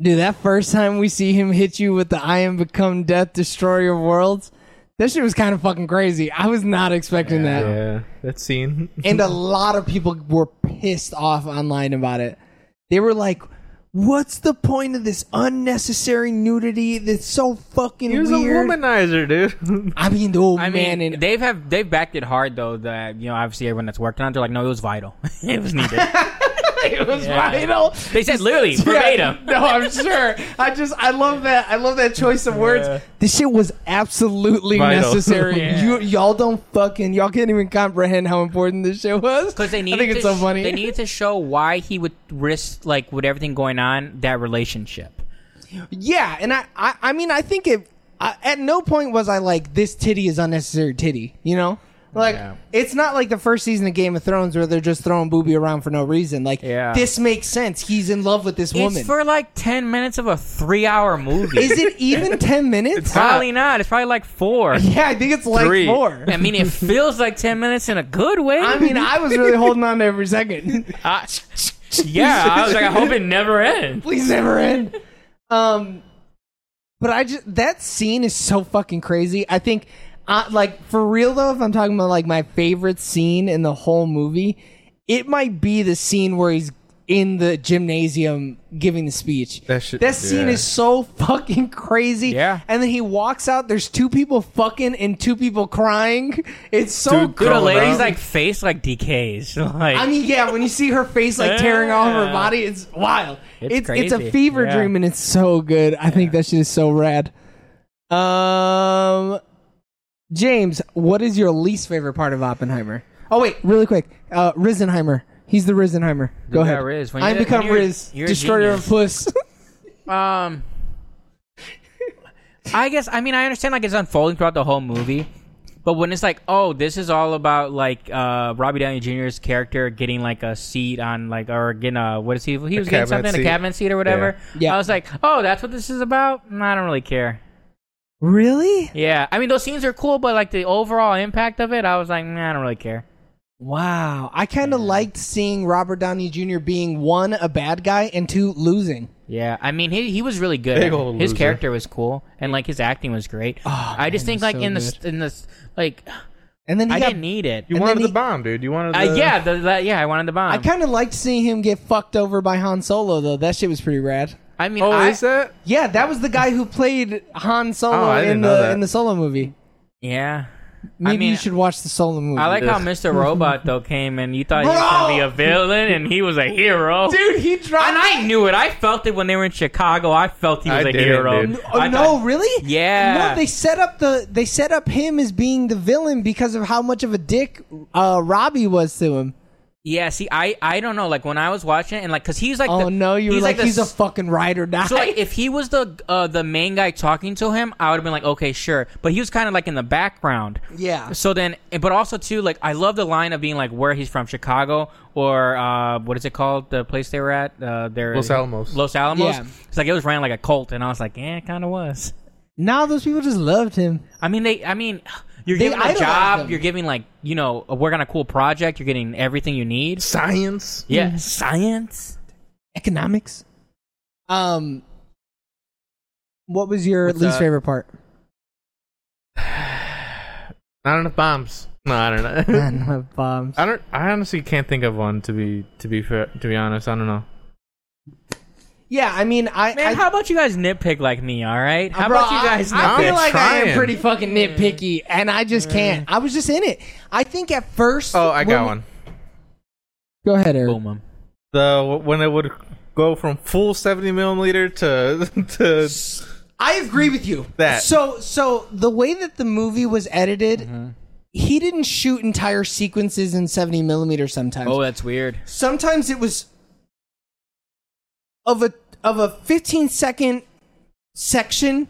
A: Dude, that first time we see him hit you with the "I am become death, destroy your worlds," that shit was kind of fucking crazy. I was not expecting that,
C: Yeah, that scene.
A: and a lot of people were pissed off online about it. They were like, "What's the point of this unnecessary nudity? That's so fucking
C: He was
A: weird."
C: a womanizer, dude.
A: I mean, the old
B: I
A: man
B: mean,
A: in
B: they've have they've backed it hard though. That you know, obviously everyone that's worked on it, they're like, no, it was vital. it was needed.
A: it was
B: Yeah.
A: vital.
B: they said literally verbatim.
A: Yeah, no, I'm sure. I just I love that. I love that choice of words. This shit was absolutely
C: Vital.
A: necessary.
B: Yeah.
A: You y'all don't fucking y'all can't even comprehend how important this shit was.
B: Because they needed
A: I think
B: to
A: it's so
B: sh-
A: funny.
B: They needed to show why he would risk like with everything going on that relationship.
A: yeah, and I, I I mean I think it. I, at no point was I like this titty is unnecessary titty. You know. Like
B: Yeah.
A: it's not like the first season of Game of Thrones where they're just throwing booby around for no reason. Like
B: Yeah.
A: this makes sense. He's in love with this woman.
B: It's for like ten minutes of a three-hour movie.
A: is it even ten minutes?
B: Probably not. It's probably like four.
A: Yeah, I think it's like
C: Three.
A: four.
B: I mean, it feels like ten minutes in a good way.
A: I mean, I was really holding on to every second.
B: I- yeah, I was like, I hope it never ends.
A: Please never end. Um, but I just that scene is so fucking crazy. I think, uh, like for real though, if I'm talking about like my favorite scene in the whole movie, it might be the scene where he's in the gymnasium giving the speech.
C: That shit-
A: that scene
C: yeah.
A: is so fucking crazy.
B: Yeah.
A: And then he walks out. There's two people fucking and two people crying. It's so
C: Dude,
B: Dude, a
C: Growing
B: lady's
C: up.
B: like face like decays. Like
A: I mean, yeah, when you see her face like tearing off her
B: Yeah.
A: body, it's wild. It's
B: It's
A: it's, a
B: crazy.
A: fever
B: Yeah.
A: dream, and it's so good. I think that shit is so rad. Um, James, what is your least favorite part of Oppenheimer? Oh wait, really quick, uh, Risenheimer. He's the Risenheimer. Go
B: Yeah,
A: ahead.
B: Riz. When
A: I
B: you're-
A: become
B: when you're-
A: Riz,
B: you're a
A: destroyer of puss.
B: Um, I guess I mean I understand like it's unfolding throughout the whole movie, but when it's like, oh, this is all about like uh Robbie Downey Jr.'s character getting like a seat on like or getting a what is he? He was getting
C: cabinet
B: something
C: seat.
B: a cabinet seat or whatever.
A: Yeah. Yeah.
B: I was like, oh, that's what this is about. Mm, I don't really care.
A: really?
B: Yeah, I mean those scenes are cool, but like the overall impact of it, I was like, nah, I don't really care.
A: Wow. I kind of liked seeing Robert Downey Jr. being one a bad guy and two losing.
B: Yeah, I mean he he was really good.
C: Big ol'
B: his
C: loser.
B: character was cool, and like his acting was great. I just think like
A: Oh, so
B: in this in this like
A: And then he
B: I
A: got
B: didn't need it.
C: You
A: And
C: wanted
A: then
C: the
A: he-
C: bomb, dude. You wanted
B: Uh,
C: the
B: yeah, the, the, yeah, I wanted the bomb.
A: I
B: I,
A: kind of liked seeing him get fucked over by Han Solo, though. That shit was pretty rad.
B: mean,
C: Oh,
B: I,
C: is that?
A: Yeah, that was the guy who played Han Solo
C: Oh, I didn't
A: in
C: know
A: the
C: that.
A: in the Solo movie.
B: yeah.
A: Maybe
B: mean,
A: you should watch the Solo movie.
B: I like how
C: Ugh.
B: Mr. Robot though came and you thought he was gonna be
A: Bro!
B: a villain and he was a hero.
A: dude. He dropped.
B: and I knew it. I felt it when they were in Chicago. I felt he was
C: I
B: a
C: didn't,
B: hero.
C: dude.
A: Oh
B: I
A: no,
B: thought-
A: really?
B: Yeah.
A: No, they set up the they set up him as being the villain because of how much of a dick uh, Robbie was to him.
B: yeah. See, I, I don't know. Like when I was watching it, and like, cause he's like,
A: Oh
B: the,
A: no, you were like,
B: the
A: he's a
B: s-
A: fucking ride or die.
B: So like, if he was the uh, the main guy talking to him, I would have been like, okay, sure. But he was kind of like in the background.
A: Yeah.
B: So then, eh, but also too, like I love the line of being like where he's from, Chicago or uh, what is it called, the place they were at, uh, their
C: Los Alamos.
B: Los Alamos.
A: Yeah.
B: It's like it was ran like a cult, and I was like, yeah, it kind of was.
A: now those people just loved him.
B: I mean, they, I mean, you're
A: They
B: giving a
A: idolized
B: job,
A: him.
B: you're giving like you know, work on a cool project, you're getting everything you need.
C: Science.
B: Yeah, science.
A: Economics. Um, what was your
C: What's
A: least
C: that?
A: favorite part?
C: Not enough bombs. No, I don't know.
A: Man, my bombs.
C: I don't. I honestly can't think of one to be to be fair, to be honest. I don't know.
A: Yeah, I mean, I
B: Man,
A: I,
B: how about you guys nitpick like me? All right, how
A: Bro,
B: about you guys?
A: I, I
C: nitpick?
A: feel like I am
C: Trying.
A: pretty fucking nitpicky, and I just can't. I was just in it. I think at first.
C: Oh, I
A: when
C: got
A: we-
C: one.
A: Go ahead, Eric.
B: boom 'em.
C: The when it would go from full seventy millimeter to to
A: I agree with you.
C: That. Mm-hmm.
A: So, so the way that the movie was edited he didn't shoot entire sequences in 70 millimeter sometimes.
B: Oh, that's weird.
A: Sometimes it was of a of a 15 second section,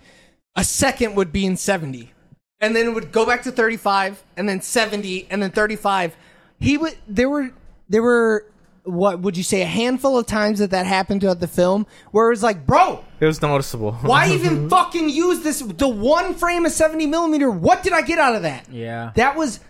A: a second would be in 70. And then it would go back to 35 and then 70 and then 35. He would there were there were what would you say a handful of times that that happened throughout the film where it was like, "Bro,
C: It was noticeable.
A: why even fucking use this? The one frame of 70 millimeter. What did I get out of that?
B: Yeah.
A: That was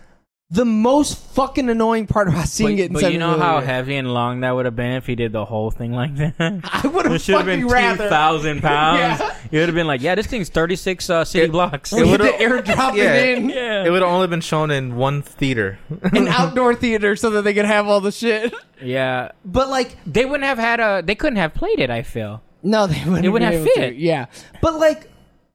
A: the most fucking annoying part about seeing
B: But,
A: it in
B: but
A: 70
B: you know how
A: millimeter.
B: heavy and long that would have been if he did the whole thing like that.
A: I would have
B: It should have
A: fucking
B: been two
A: rather.
B: thousand pounds.
A: Yeah.
B: You would have been like, yeah, this thing's thirty six uh, city blocks.
A: It would
C: would've-
A: have airdropped
C: Yeah.
A: it in
B: yeah,
C: It would have only been shown in one theater.
A: an outdoor theater so that they could have all the shit.
B: yeah.
A: But like,
B: They wouldn't have had a. They couldn't have played it. I feel.
A: no, they wouldn't.
B: It wouldn't
A: be
B: have
A: able
B: fit.
A: to. Yeah, but like.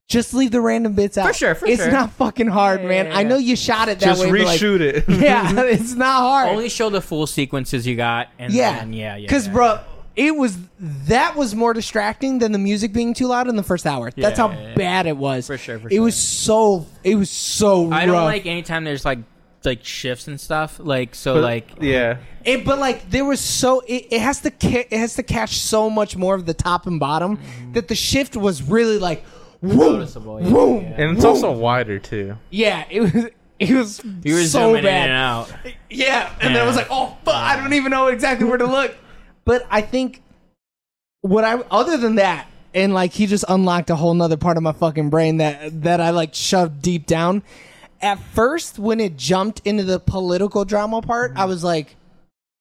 A: Just leave the random bits out.
B: sure, for
A: it's
B: sure.
A: not fucking hard, man. I know you shot it that
C: Just
A: way. but, like-
C: reshoot it.
A: yeah, it's not hard.
B: Only show the full sequences you got, and
A: Yeah,
B: then, yeah, yeah.
A: Because,
B: yeah.
A: bro, it was that was more distracting than the music being too loud in the first hour. That's how
B: Yeah, yeah, yeah.
A: bad it was.
B: For sure, for
A: it was so. It was so.
B: I don't
A: rough.
B: like anytime there's like like shifts and stuff. Like so, like
C: yeah.
A: it, but like there was so it, it has to ca- it has to catch so much more of the top and bottom that the shift was really like. Whoom,
B: Mm-hmm. Noticeable, yeah,
A: whoom,
B: yeah.
C: And it's
A: whoom.
C: also wider too.
A: yeah. It was it was
B: you were
A: so
B: zooming
A: bad.
B: in and out.
A: Yeah, and then I was
B: Yeah.
A: like, oh fuck, I don't even know exactly where to look. But I think what I other than that, and like he just unlocked a whole nother part of my fucking brain that that I like shoved deep down. At first, when it jumped into the political drama part, I was like,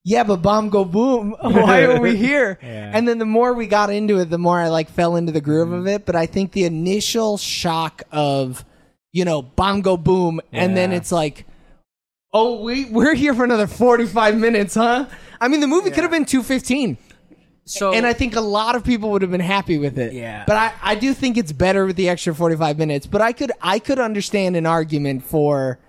A: yeah, but bomb go boom. Why are we here?
B: Yeah. Mm-hmm.
A: And then the more we got into it, the more I like fell into the groove of it. But I think the initial shock of, you know, bomb go boom, and then
B: Yeah.
A: it's like, oh, we we're here for another forty five minutes, huh? I mean, the movie could have been two fifteen,
B: So
A: and I think a lot of people would have been happy with it.
B: Oh. Yeah.
A: But I I do think it's better with the extra forty five minutes. But I could I could understand an argument for.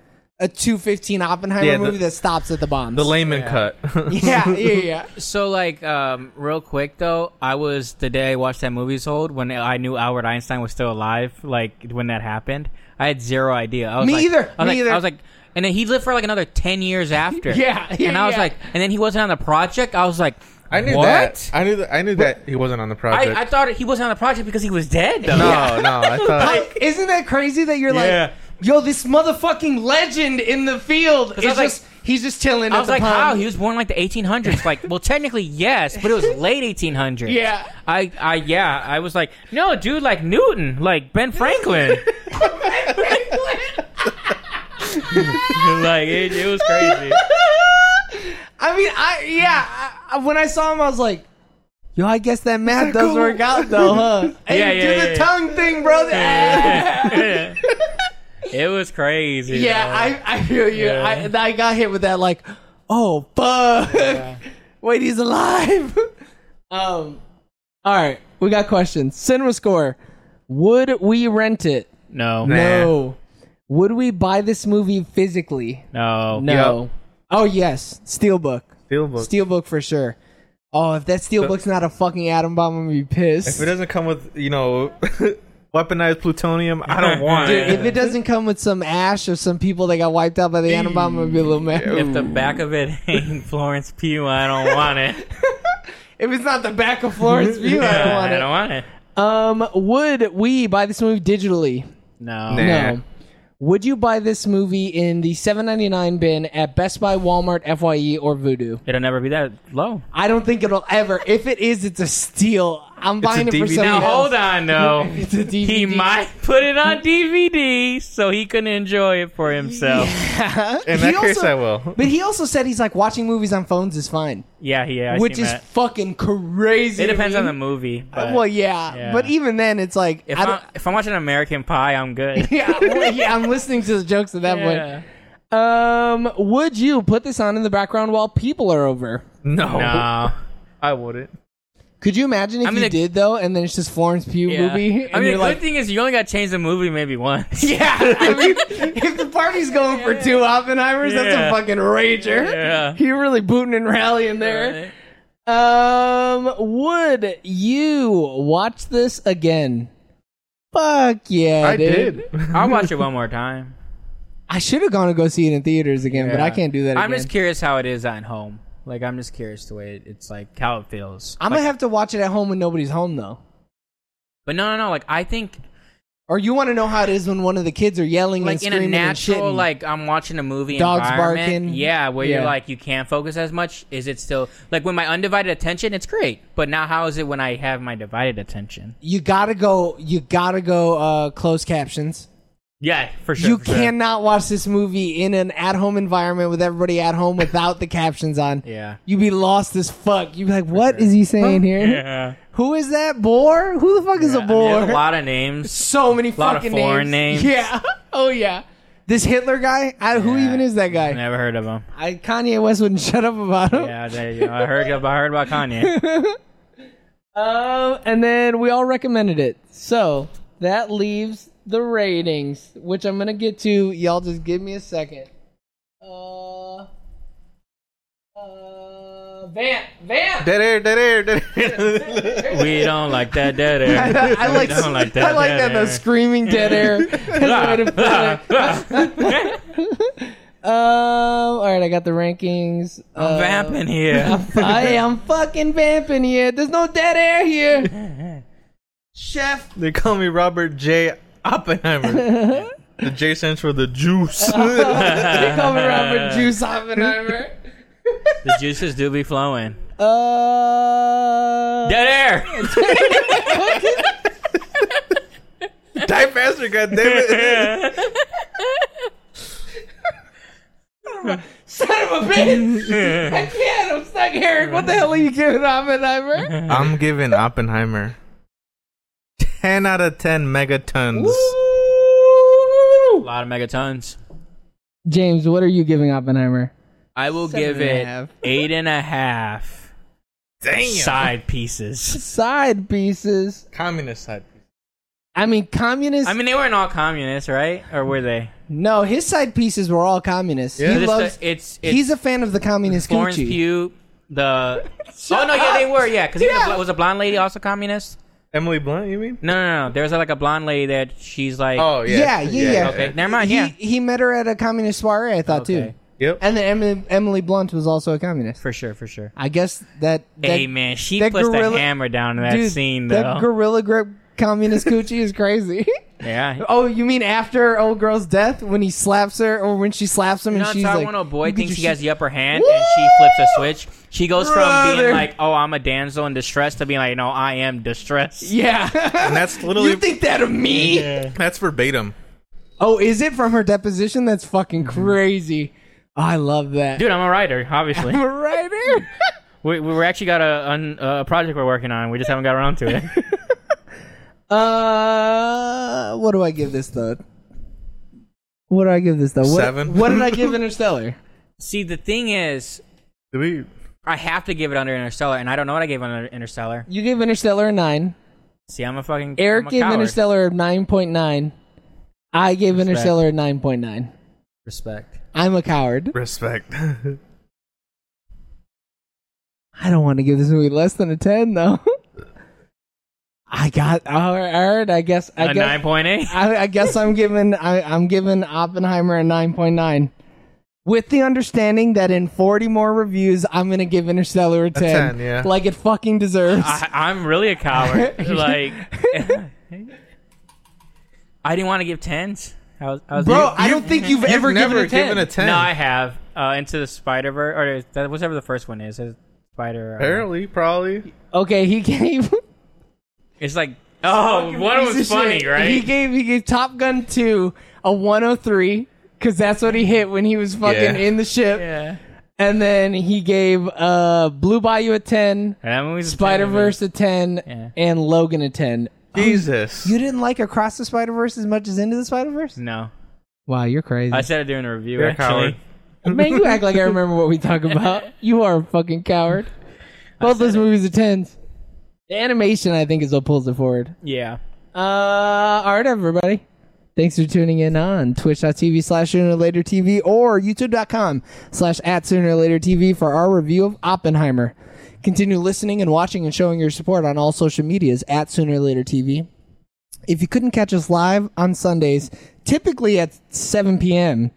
A: A two fifteen Oppenheimer
C: Yeah, the-
A: movie that stops at the bombs.
C: The layman cut.
A: yeah, yeah, yeah.
B: So, like, um, real quick though, I was the day I watched that movie's old when I knew Albert Einstein was still alive. Like when that happened, I had zero idea. I was
A: Me
B: like-
A: either.
B: I was
A: Me
B: like,
A: either.
B: I was like, and then he lived for like another ten years after.
A: Yeah,
B: and I was
A: yeah.
B: like, and then he wasn't on the project. I was like,
C: I knew
B: what?
C: that. I knew that. I knew that he wasn't on the project.
B: I, I thought he wasn't on the project because he was dead. Though.
C: no, no. I thought.
A: I- isn't that crazy that you're
B: Yeah.
A: like, yo, this motherfucking legend in the field is
B: I was like-
A: just he's just chilling.
B: I
A: at
B: was
A: the
B: like,
A: pond.
B: how? He was born like the 1800s. Like, well, technically, yes, but it was late 1800s.
A: Yeah.
B: I, I, yeah, I was like, no, dude, like Newton, like Ben Franklin. like, it, it was crazy.
A: I mean, I yeah. I, I- when I saw him, I was like. Yo, I guess that math does
C: cool?
A: work out though, huh? Hey,
B: Yeah,
A: do
B: yeah,
A: the
B: yeah, yeah.
A: tongue thing, brother. Yeah,
B: it was crazy. though.
A: I, I feel you.
B: Yeah.
A: I, I got hit with that like, oh fuck. Wait, he's alive. um, all right, we got questions. Cinema score. Would we rent it?
B: no, no,
C: Nah.
A: No. Would we buy this movie physically?
B: no,
A: No. Oh yes, Steelbook.
C: Steelbook.
A: Steelbook for sure. Oh, if that Steelbook's not a fucking atom bomb, I'm gonna be pissed.
C: If it doesn't come with, you know, weaponized plutonium, I don't want
B: Dude,
C: it.
A: If it doesn't come with some ash or some people that got wiped out by the atom bomb, I'm gonna be a little mad.
B: If the back of it ain't Florence Pugh, I don't want it.
A: If it's not the back of Florence View, I
B: Yeah, I
A: don't
B: don't
A: want
B: want it.
A: it. Um, would we buy this movie digitally?
B: No,
C: Nah.
A: No. Would you buy this movie in the 7.99 bin at Best Buy, Walmart, Fye, or Voodoo?
B: it'll never be that low.
A: I don't think it'll ever. If it is, it's a steal. I'm buying it
C: a
A: for
C: DVD.
A: something
B: Now
C: Yes.
B: hold on, though.
A: It's a DVD.
B: He might put it on DVD so he can enjoy it for himself.
C: In
A: He
C: that case,
A: also-
C: I will.
A: But he also said he's like watching movies on phones is fine,
B: Yeah, yeah, I
A: which
B: seen
A: is
B: that.
A: fucking crazy.
B: It depends on
A: to
B: the
A: me.
B: movie. But
A: Well, yeah,
B: Yeah.
A: but even then, it's like
B: if
A: I
B: I'm
A: don't.
B: if I'm watching American Pie, I'm good.
A: yeah, well, yeah, I'm listening to the jokes at that
B: Yeah.
A: point. Um, would you put this on in the background while people are over?
C: No.
B: No.
C: I wouldn't.
A: Could you imagine if
B: I mean,
A: you
B: the-
A: did though, and then it's just Florence Pugh
B: Yeah.
A: movie, and
B: I mean,
A: you're
B: the
A: like,
B: good thing is you only got to change the movie maybe once.
A: yeah. I mean, if the party's going for two Oppenheimers, that's a
B: Yeah.
A: fucking rager.
B: Yeah.
A: You're really booting and rallying there. Um, would you watch this again? Fuck yeah,
C: I
A: dude.
C: did.
B: I'll watch it one more time.
A: I should have gone to go see it in theaters again, but I
B: Yeah.
A: can't do that.
B: I'm
A: again.
B: just curious how it is at home. Like I'm just curious the way it, it's like how it feels.
A: I'm gonna have to watch it at home when nobody's home though.
B: But no, no, no. Like I think
A: Or you want to know how it is when one of the kids are yelling and
B: like in
A: screaming
B: a
A: and
B: natural
A: shitting.
B: like I'm watching a movie
A: Dogs
B: environment,
A: barking.
B: yeah, where
A: Yeah.
B: you're like you can't focus as much. Is it still like when my undivided attention? It's great, but now how is it when I have my divided attention?
A: you gotta go. You gotta go. Uh, closed captions.
B: Yeah, for
A: you cannot watch this movie in an at-home environment with everybody at home without the captions on.
B: Yeah.
A: You'd be lost as fuck. You'd be like, "What is he saying here?
B: Yeah.
A: Who is that boar? Who the fuck is a
B: I mean,
A: boar?"
B: there's a lot of names.
A: so many
B: lot of
A: fucking
B: foreign
A: names.
B: names.
A: Yeah. Oh yeah. This Hitler guy. I, Who
B: Yeah.
A: even is that
B: I
A: guy? Oh.
B: never heard of them.
A: I, Kanye West wouldn't shut up about him.
B: Yeah, there you go. I heard. I heard about Kanye.
A: Um, and then we all recommended it. So that leaves the ratings, which I'm gonna get to. Y'all just give me a second. Uh, uh, Vamp, Vamp.
C: Dead air, dead air, dead air.
B: We don't like that dead air.
A: I like,
B: I don't like that Ah,
A: I like
B: dead
A: that
B: air.
A: the screaming dead air. That's the way to put it.
B: ah,
A: Um, all right, I got the rankings. Uh,
B: Vamping here.
A: I am fucking vamping here. There's no dead air here. Chef
C: they call me Robert J. Oppenheimer. the J stands for the juice.
A: they call me Robert Juice Oppenheimer.
B: The juices do be flowing.
A: Uh,
B: Dead air.
C: Die faster, goddammit. it!
A: son of a bitch! I can't. I'm stuck, Eric. What the hell are you giving Oppenheimer?
C: I'm giving Oppenheimer 10 out of 10 megatons.
B: A lot of megatons.
A: James, what are you giving Oppenheimer?
B: I will
A: Seven
B: give
A: and a
B: it
A: half.
B: eight and a half side pieces.
A: Side pieces.
C: Communist side.
A: I mean, communists.
B: I mean, they weren't all communists, right? Or were they?
A: no, his side pieces were all communists.
C: Yeah.
A: He
B: It's,
A: loves.
B: the, it's, it's
A: he's a fan of the communist
B: Florence
A: Gucci.
B: Pugh. The oh no, yeah, they were, yeah, because
A: Yeah.
B: was a blonde lady also communist?
C: Emily Blunt, you mean?
B: No, no, no. There was like a blonde lady that she's like,
C: Oh,
A: yeah, yeah, yeah.
B: okay, never mind,
A: He,
B: yeah,
A: he met her at a communist soiree, I thought
B: Okay.
A: too.
C: Yep.
A: And then Emily, Emily Blunt was also a communist.
B: for sure, for sure.
A: I guess that, that
B: hey man, she
A: that
B: puts
A: gorilla-
B: the hammer down in that
A: Dude,
B: scene though.
A: That gorilla grip communist coochie is crazy.
B: yeah,
A: oh, you mean after old girl's death when he slaps her or when she slaps him
B: You
A: and
B: know,
A: she's
B: Taiwan
A: like,
B: when a boy
A: "You get
B: thinks he
A: your
B: has
A: shit-"
B: the upper hand and she flips a switch. She goes from
A: Brother.
B: being like, "Oh, I'm a damsel in distress" to being like, "No, I am distressed."
A: Yeah.
C: And that's literally
A: you think that of me?
C: that's verbatim.
A: Oh, is it from her deposition? That's fucking
C: Mm-hmm.
A: crazy. Oh, I love that.
B: Dude, I'm a writer, obviously.
A: I'm a writer.
B: we we actually got a an, a project we're working on. We just haven't got around to it.
A: uh, what do I give this though? What do I give this though? What,
C: Seven.
A: What did I give Interstellar?
B: See, the thing is,
C: Do we?
B: I have to give it under Interstellar, and I don't know what I gave under Interstellar.
A: You gave Interstellar a nine.
B: See, I'm a fucking
A: Eric
B: I'm a
A: gave
B: coward.
A: Interstellar a 9.9. I gave Interstellar a 9.9.
B: respect.
A: I'm a coward.
C: Respect.
A: I don't want to give this movie less than a 10, though. I got, all right, all right, I guess, I
B: A
A: guess,
B: nine point eight.
A: I, I guess I'm giving, I, I'm giving Oppenheimer a 9.9. With the understanding that in 40 more reviews, I'm going to give Interstellar a 10.
C: 10, yeah.
A: Like it fucking deserves.
B: I'm really a coward. like, I didn't want to give tens. I was, I was
A: Bro, I don't think you've,
C: You've
A: ever given
C: never
A: a 10.
C: given a ten.
B: No, I have. Uh, Into the Spider Verse, or is that, whatever the first one is. is Spider. uh,
C: Apparently,
A: Um,
C: probably.
A: okay, he gave.
B: it's like oh, one
A: piece
B: was
A: of
B: funny,
A: shit.
B: right?
A: He gave he gave Top Gun two a one hundred three because that's what he hit when he was fucking
C: Yeah.
A: in the ship,
B: yeah.
A: and then he gave uh Blue Bayou a ten,
B: And that movie's a
A: Spider Verse a ten,
B: Yeah.
A: and Logan a ten.
C: Jesus.
A: You didn't like Across the Spider Verse as much as Into the Spider Verse?
B: No,
A: Wow, you're crazy.
B: I said it during a review.
C: You're a
B: actually,
C: coward.
A: Man, you act like I remember what we talk about. You are a fucking coward. Both those movies are tens. The animation, I think, is what pulls it forward.
B: yeah.
A: Uh, all right, everybody. Thanks for tuning in on twitch.tv slash sooner or later TV or youtube.com slash at sooner or later TV for our review of Oppenheimer. Continue listening and watching and showing your support on all social medias at sooner or later TV. If you couldn't catch us live on Sundays, typically at 7 p.m.,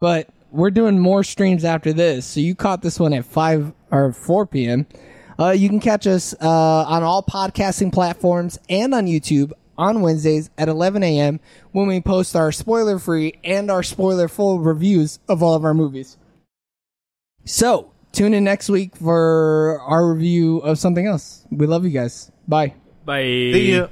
A: But we're doing more streams after this. So you caught this one at 5 or 4 p.m. Uh, you can catch us uh, on all podcasting platforms and on YouTube on Wednesdays at 11 a.m. when we post our spoiler free and our spoiler full reviews of all of our movies. So tune in next week for our review of something else. We love you guys. Bye.
B: Bye.
C: See ya.